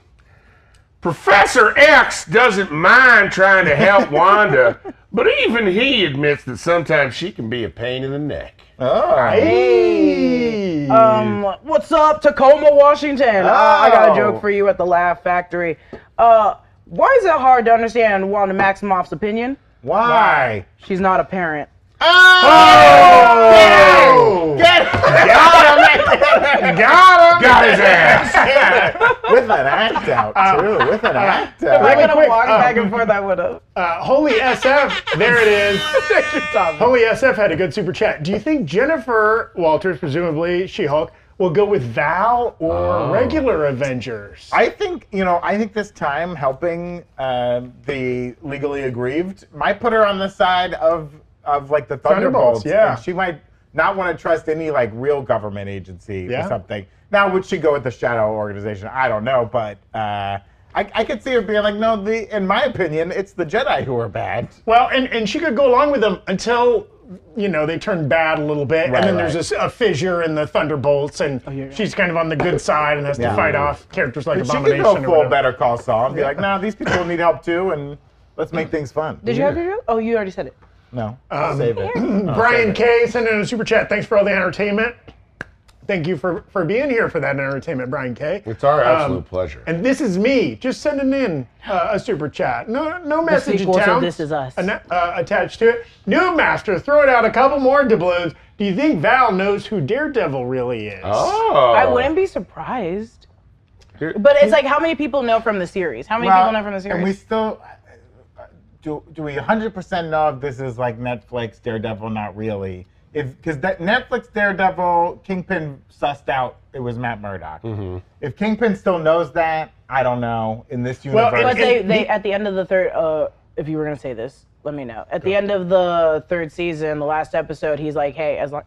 S2: Professor X doesn't mind trying to help Wanda, but even he admits that sometimes she can be a pain in the neck.
S3: Oh.
S1: Hey.
S4: Um, what's up, Tacoma, Washington? Uh, I got
S3: Oh.
S4: a joke for you at the Laugh Factory. Uh, why is it hard to understand Wanda Maximoff's opinion?
S3: Why?
S4: She's not a parent.
S2: Oh!
S3: Get
S2: Got him! Got his ass!
S3: with an act out too. With an act
S4: I could
S3: out.
S4: have
S1: quick,
S4: walked
S1: uh,
S4: back and forth. I would have.
S1: Uh, Holy SF, there it is. Holy SF had a good super chat. Do you think Jennifer Walters, presumably She-Hulk, will go with Val or
S3: Oh.
S1: regular Avengers?
S3: I think you know. I think this time helping um, the legally aggrieved might put her on the side of of like the Thunderbolts.
S1: Thunderbolts, yeah.
S3: and she might not want to trust any like real government agency
S1: Yeah.
S3: or something. Now, would she go with the shadow organization? I don't know, but uh, I, I could see her being like, no. The in my opinion, it's the Jedi who are bad.
S1: well, and, and she could go along with them until, you know, they turn bad a little bit.
S3: Right,
S1: and then
S3: right.
S1: there's this, a fissure in the Thunderbolts, and
S4: Oh,
S1: she's kind of on the good side and has
S3: Yeah.
S1: to fight off characters like
S3: She could
S1: Abomination
S3: go
S1: or
S3: full
S1: whatever.
S3: Better Call Saul and be like, nah, these people need help too, and let's make things fun.
S4: Did you have your joke? Oh, you already said it.
S3: No, save it.
S1: Brian K sending in a super chat. Thanks for all the entertainment. Thank you for, for being here for that entertainment, Brian K.
S2: It's our
S1: Um,
S2: absolute pleasure.
S1: And this is me just sending in uh, a super chat. No, no message
S4: sequel to
S1: attached.
S4: This Is Us.
S1: an- uh, attached to it. New master throwing out a couple more doubloons. Do you think Val knows who Daredevil really is?
S2: oh!
S4: I wouldn't be surprised.
S2: Here-
S4: But it's like, how many people know from the series? How many people know from the
S3: And we
S4: series?
S3: still do. Do we 100% know if this is like Netflix Daredevil? Not really. If because that Netflix Daredevil Kingpin sussed out it was Matt Murdock. If Kingpin still knows that, I don't know. In this
S1: Well,
S3: universe,
S1: it-
S4: But they,
S1: and
S4: they at the end of the third, uh, if you were gonna say this, let me know. At the end of the third season, the last episode, he's like, "Hey, as long,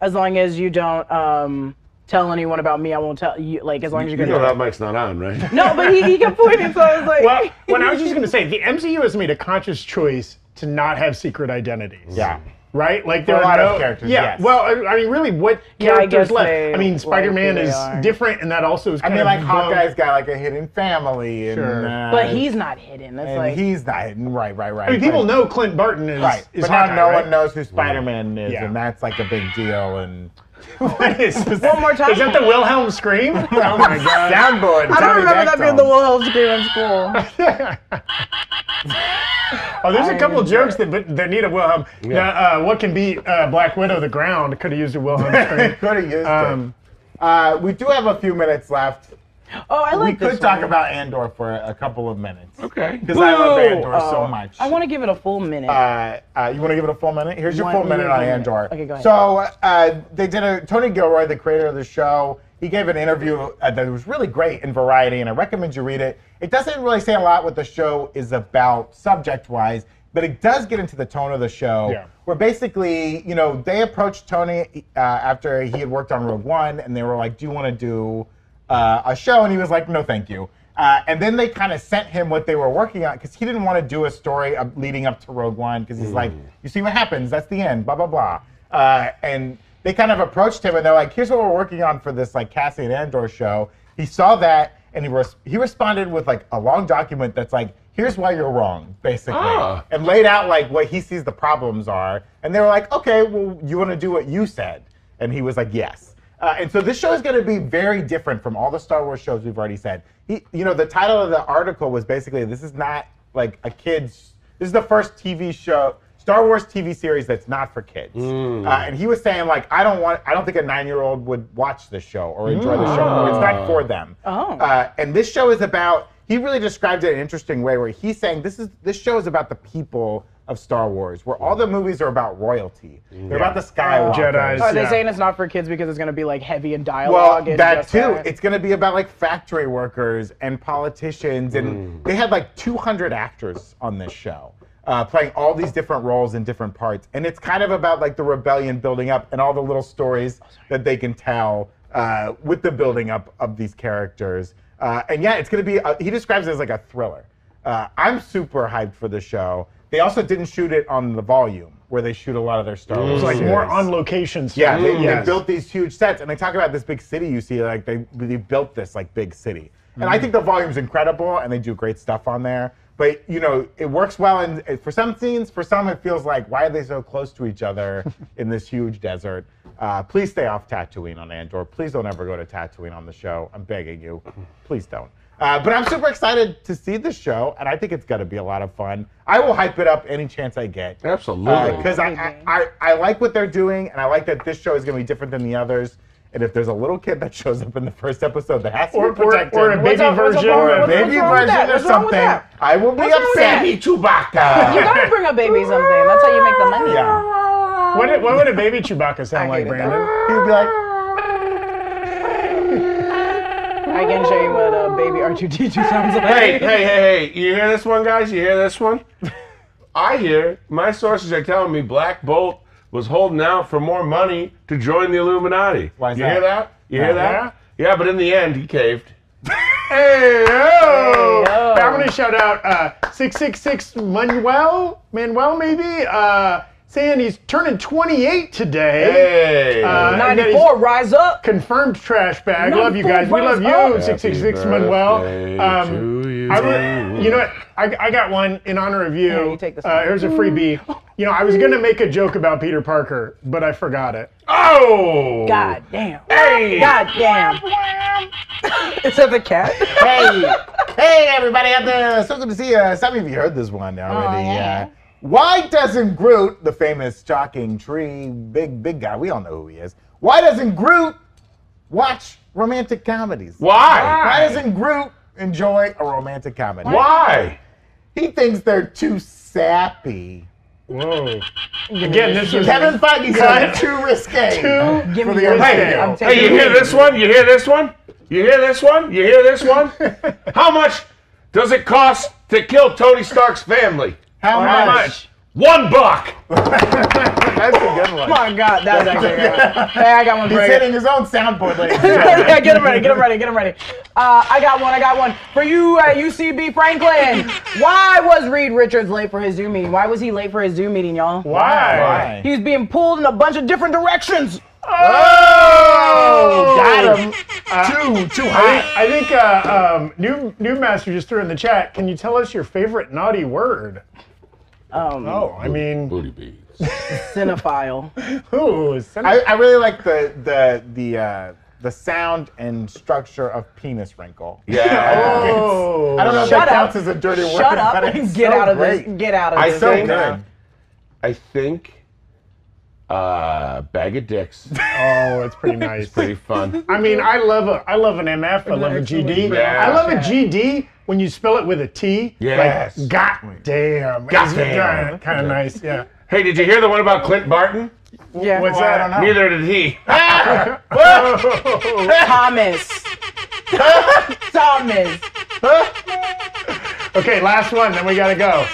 S4: as long as you don't um, tell anyone about me, I won't tell you. Like, as long as
S2: You
S4: you're
S2: know
S4: gonna."
S2: that mic's not on, right?
S4: No, but he, he kept pointing, so I was like,
S1: Well, when I was just going to say, the MCU has made a conscious choice to not have secret identities.
S3: yeah.
S1: Right? Like there
S3: For a
S1: are
S3: lot of
S1: no-
S3: characters,
S1: Yeah.
S3: yes.
S1: Well, I, I mean, really, what
S4: Yeah, I
S1: characters
S4: guess
S1: left?
S4: they
S1: I mean,
S4: like who
S1: Spider-Man
S4: they
S1: is
S4: are.
S1: different, and that also is.
S3: I
S1: Kind
S3: mean,
S1: of
S3: like
S1: blown-
S3: Hawkeye's got like a hidden family, and
S1: Sure.
S3: uh,
S4: but he's not hidden. It's
S3: and
S4: like
S3: he's not hidden. Right, right, right.
S1: I mean, people
S3: But-
S1: know Clint Barton is.
S3: Right,
S1: is
S3: but now
S1: Hawkeye,
S3: no
S1: right?
S3: one knows who Spider-Man is,
S1: Yeah.
S3: and that's like a big deal. And
S1: What is this?
S4: One more time.
S1: Is that the Wilhelm scream? oh my god.
S3: soundboard.
S4: I don't remember that being the Wilhelm scream in school.
S1: Oh, there's a couple jokes that but, that need a Wilhelm. Uh, uh, what can be uh, Black Widow? The ground could have used a Wilhelm scream.
S3: Could have used
S1: Um,
S3: it. Uh, we do have a few minutes left.
S4: Oh, I
S3: we
S4: like this
S3: could talk
S4: one.
S3: about Andor for a couple of minutes.
S2: okay.
S3: Because I love
S4: Boo!
S3: Andor so
S4: Oh,
S3: much.
S4: I want to give it a full minute.
S3: Uh, uh, you want to give it a full minute? Here's your
S4: One-
S3: full minute
S4: one
S3: on
S4: minute.
S3: Andor.
S4: Okay, go ahead.
S3: So uh, they did a Tony Gilroy, the creator of the show. He gave an interview uh, that was really great in Variety, and I recommend you read it. It doesn't really say a lot what the show is about subject-wise, but it does get into the tone of the show.
S1: Yeah.
S3: Where basically, you know, they approached Tony uh, after he had worked on Rogue One, and they were like, "Do you want to do uh, a show?" And he was like, "No, thank you." Uh, and then they kind of sent him what they were working on because he didn't want to do a story of leading up to Rogue One because he's like, "You see what happens? That's the end." Blah blah blah. Uh, and they kind of approached him and they're like, "Here's what we're working on for this like Cassian Andor show." He saw that and he res- he responded with like a long document that's like, "Here's why you're wrong," basically
S2: Ah.
S3: and laid out like what he sees the problems are. And they were like, okay, well, you want to do what you said? And he was like, yes. Uh, and so this show is going to be very different from all the Star Wars shows we've already said. He, you know, the title of the article was basically, this is not like a kid's, this is the first TV show, Star Wars TV series that's not for kids. Uh, and he was saying like, I don't want, I don't think a nine-year-old would watch this show or enjoy the show. It's not for them.
S4: Oh.
S3: Uh, and this show is about. He really described it in an interesting way, where he's saying this is this show is about the people of Star Wars, where all the movies are about royalty. They're about the Skywalkers.
S1: Jedis.
S4: Are they
S1: yeah.
S4: Oh, saying it's not for kids because it's gonna be like heavy in
S3: Well,
S4: dialogue? and
S3: that
S4: just
S3: too.
S4: that?
S3: It's going to be about like factory workers and politicians,
S1: Mm.
S3: and they had like 200 actors on this show, uh, playing all these different roles in different parts. And it's kind of about like the rebellion building up and all the little
S4: Oh,
S3: stories that they can tell uh, with the building up of these characters. Uh, and yeah, it's going to be. A, he describes it as like a thriller. Uh, I'm super Uh, hyped for the show. They also didn't shoot it on the volume where they shoot a lot of their Star Wars.
S1: Mm. It's like
S3: series.
S1: more on location stuff.
S3: Yeah, they, they
S1: Yes.
S3: built these huge sets, and they talk about this big city you see. Like they, they built this like big city, and I think the volume's incredible, and they do great stuff on there. But you know, it works well, and for some scenes, for some it feels like why are they so close to each other in this huge desert? Uh, please stay off Tatooine on Andor. Please don't ever go to Tatooine on the show. I'm begging you, please don't. Uh, but I'm super excited to see the show, and I think it's going to be a lot of fun. I will hype it up any chance I get
S2: Absolutely.
S3: because Uh, I, I, I I like what they're doing, and I like that this show is going to be different than the others. And if there's a little kid that shows up in the first episode that has to
S1: Or-
S3: be protected,
S1: or a baby
S4: What's up- what's up
S1: version
S4: wrong-
S1: or a
S4: what's- what's
S3: baby
S4: wrong with that?
S3: version or
S4: What's wrong with
S3: something,
S4: that?
S3: I will be
S4: wrong with
S3: upset.
S4: that?
S2: Baby Chewbacca.
S4: You gotta bring a baby something. That's how you make the money.
S3: Yeah,
S1: What, did- what would a baby Chewbacca sound
S4: I
S1: like,
S4: hated that.
S1: Brandon?
S3: he would be like,
S4: I can show you what a baby R2D2 sounds like.
S2: hey, hey, hey, hey! You hear this one, guys? You hear this one? I hear my sources are telling me Black Bolt was holding out for more money to join the Illuminati.
S3: Why is
S2: you
S3: that?
S2: hear that? You hear
S1: Yeah.
S2: that? Yeah, but in the end, he caved. oh,
S1: Hey, yo!
S4: Hey, yo.
S1: I'm going to shout out uh, 666 Manuel, Manuel maybe, uh, saying he's turning 28 today.
S2: Hey.
S1: Uh,
S4: 94, rise up.
S1: Confirmed trash bag. Love you
S4: Not
S1: guys. We
S4: for
S1: love
S4: us.
S1: you,
S4: Happy
S1: 666
S2: birthday
S1: Manuel. Um,
S2: to Um, you.
S1: I would- you know what? I, I got one in honor of you.
S4: Yeah, you take this
S1: Uh,
S4: one.
S1: here's a freebie. You know, I was going to make a joke about Peter Parker, but I forgot it.
S2: oh.
S4: God damn.
S2: Hey.
S4: God damn. Is that the cat?
S3: hey, hey, everybody out there! So good to see you. Some of you heard this one already.
S4: Oh,
S3: yeah. Why doesn't Groot, the famous shocking tree, big big guy, we all know who he is. Why doesn't Groot watch romantic comedies?
S2: Why?
S3: Why doesn't Groot enjoy a romantic comedy?
S2: Why?
S3: He thinks they're too sappy.
S1: Whoa. Again, this was
S3: Kevin Feige said too risque.
S1: too
S4: Give
S3: For
S4: me
S3: the
S4: your
S3: original.
S4: shit.
S2: Hey,
S4: I'm taking
S2: you
S4: it.
S2: hear this one? You hear this one? You hear this one? You hear this one? How much does it cost to kill Tony Stark's family?
S3: How
S2: How
S3: much?
S2: much? One buck.
S3: That's a good one.
S4: Oh my god, that was actually a good one. Hey, I got one
S3: He's
S4: for you.
S3: hitting his own soundboard, ladies and gentlemen.
S4: yeah, get him ready, get him ready, get him ready. Uh, I got one, I got one. For you at UCB Franklin, why was Reed Richards late for his Zoom meeting? Why was he late for his Zoom meeting, y'all?
S1: Why?
S3: Why?
S4: He was being pulled in a bunch of different directions.
S1: Oh!
S3: Got him. too, too hot.
S1: I think uh, um, new new master just threw in the chat. Can you tell us your favorite naughty word?
S4: Um,
S1: Oh, I mean,
S2: Booty beads.
S4: cinephile.
S1: who is sen-
S3: I, I really like the the the uh, the sound and structure of penis wrinkle.
S2: Yeah.
S1: Oh,
S3: I don't know if
S4: Shut
S3: that
S4: up.
S3: counts as a dirty word.
S4: Shut up
S3: but
S4: and
S3: it's
S4: get
S3: so
S4: out of
S3: great.
S4: this. Get out of
S2: I
S4: this.
S3: So
S2: think-
S3: good.
S2: Yeah. I think uh, bag of dicks.
S1: Oh, it's pretty nice.
S2: Pretty fun.
S1: I mean, I love a I love an MF. I love a GD.
S2: Yeah.
S1: I love a GD when you spell it with a T.
S2: Yes.
S1: Like, God damn.
S2: Goddamn.
S1: Kind of nice. Yeah.
S2: Hey, did you hear the one about Clint Barton?
S4: Yeah.
S1: What's
S3: I
S1: that?
S3: don't know.
S2: Neither did he.
S4: Thomas. Thomas.
S1: Okay, last one. Then we gotta go.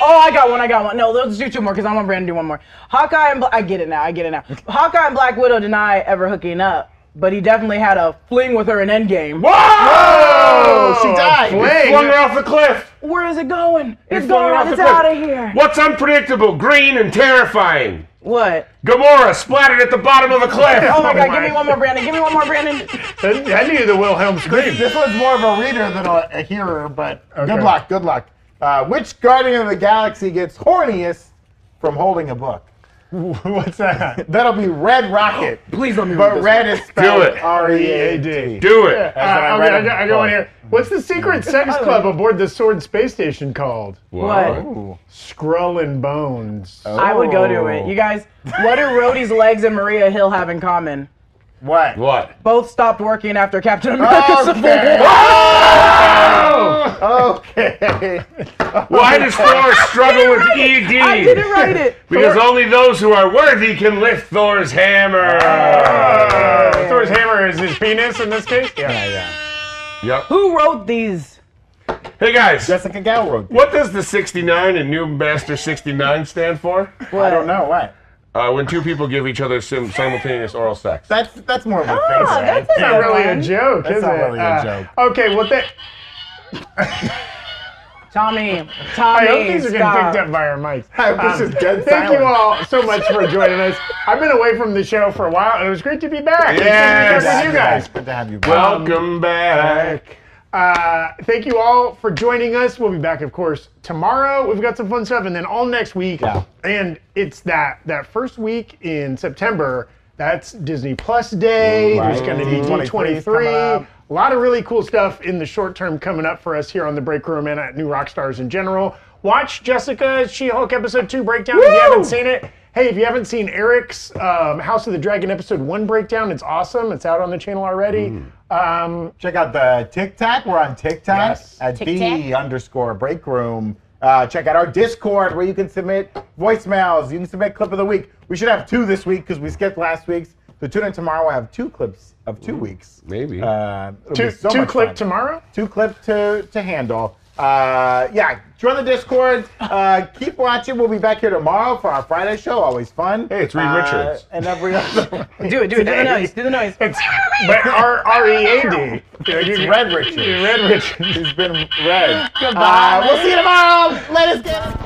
S4: Oh, I got one. I got one. No, let's do two more because I want Brandon to do one more. Hawkeye and Bla- I get it now. I get it now. Hawkeye and Black Widow deny ever hooking up, but he definitely had a fling with her in Endgame.
S2: Whoa!
S1: Oh,
S3: she died.
S1: Fling.
S2: Flung her off the cliff.
S4: Where is it going? It's
S2: flung her
S4: gone.
S2: off the
S4: It's
S2: cliff.
S4: out of here.
S2: What's unpredictable, green, and terrifying?
S4: What?
S2: Gamora splattered at the bottom of a cliff.
S4: Oh my
S1: Oh
S4: God!
S1: my.
S4: Give me one more, Brandon. Give me one more, Brandon.
S1: I knew the Wilhelm scream.
S3: This one's more of a reader than a, a hearer, but
S1: Okay.
S3: good luck, good luck. Uh, which Guardian of the Galaxy gets horniest from holding a book?
S1: What's that?
S3: That'll be Red Rocket.
S4: Please let me. read
S3: But
S4: this
S3: red is spelled
S2: it.
S3: R E A
S1: EAD.
S3: D.
S2: Do it.
S1: Uh,
S3: That's what I
S1: okay,
S3: read
S1: I, got, I got one
S3: before.
S1: here. What's the secret sex club aboard the Sword space station called?
S4: What?
S1: Skrull and Bones.
S4: I would go to
S3: Oh.
S4: it. You guys, what do Rhodey's legs and Maria Hill have in common?
S3: What?
S2: What?
S4: Both stopped working after Captain America Civil
S3: Okay.
S4: War.
S3: Okay.
S2: Why does Thor struggle with ED?
S4: I didn't write it.
S2: Because only those who are worthy can lift Thor's hammer.
S4: Oh.
S1: Uh, Thor's hammer is his penis in this case?
S3: Yeah, yeah.
S2: Yep.
S4: Who wrote these?
S2: Hey guys,
S3: Jessica Gal wrote that.
S2: what does the 69 and New Master 69 stand for?
S4: What?
S3: I don't know what.
S2: Uh, when two people give each other sim- simultaneous oral sex.
S3: That's Ah, that's more of a face.
S4: Oh,
S3: right?
S4: that's a
S1: Not
S4: good
S1: really
S4: one.
S1: a joke, Uh,
S3: That's
S1: is
S3: not
S1: it?
S3: really a
S1: Uh,
S3: joke.
S1: Okay, well, that.
S4: Tommy,
S1: I
S4: Tommy.
S1: hope these are getting
S4: stop.
S1: picked up by our mics. Um,
S3: This is dead
S1: thank you
S3: silence.
S1: all so much for joining us. I've been away from the show for a while, and it was great to be back.
S2: Yes.
S1: It's good to be
S3: Good
S1: back
S3: to have
S1: with you guys.
S3: Good to have you.
S4: Um,
S2: Welcome back.
S1: Uh, thank you all for joining us. We'll be back, of course, tomorrow. We've got some fun stuff, and then all next week.
S3: Yeah.
S1: And it's that that first week in September. That's Disney Plus Day.
S3: Right.
S1: There's going to be
S3: D23 's coming
S1: D23.
S3: up.
S1: A lot of really cool stuff in the short term coming up for us here on the break room and at New Rockstars in general. Watch Jessica She Hulk episode two breakdown if you haven't seen it. Hey, if you haven't seen Eric's um, House of the Dragon episode one breakdown, it's awesome. It's out on the channel already.
S3: Mm.
S1: Um,
S3: Check out the TikTok. We're on TikTok
S1: Yes.
S3: at the
S6: TikTok.
S3: underscore break room. Uh, check out our Discord where you can submit voicemails. You can submit clip of the week. We should have two this week because we skipped last week's. So tune in tomorrow. We'll have two clips of two weeks.
S2: Maybe.
S3: Uh, it'll
S1: two,
S3: be so
S1: two
S3: much
S1: clip
S3: fun.
S1: tomorrow.
S3: Two clip to to handle. Uh, yeah, join the Discord. Uh, keep watching. We'll be back here tomorrow for our Friday show. Always fun.
S2: Hey, it's Reed
S3: Uh,
S2: Richards.
S3: And every other.
S4: Do it, do it, do the noise, do the noise.
S1: It's but R R E A D.
S3: it's Red Richards.
S1: Red Richards.
S3: He's been red. Uh, we'll see you tomorrow. Let us get.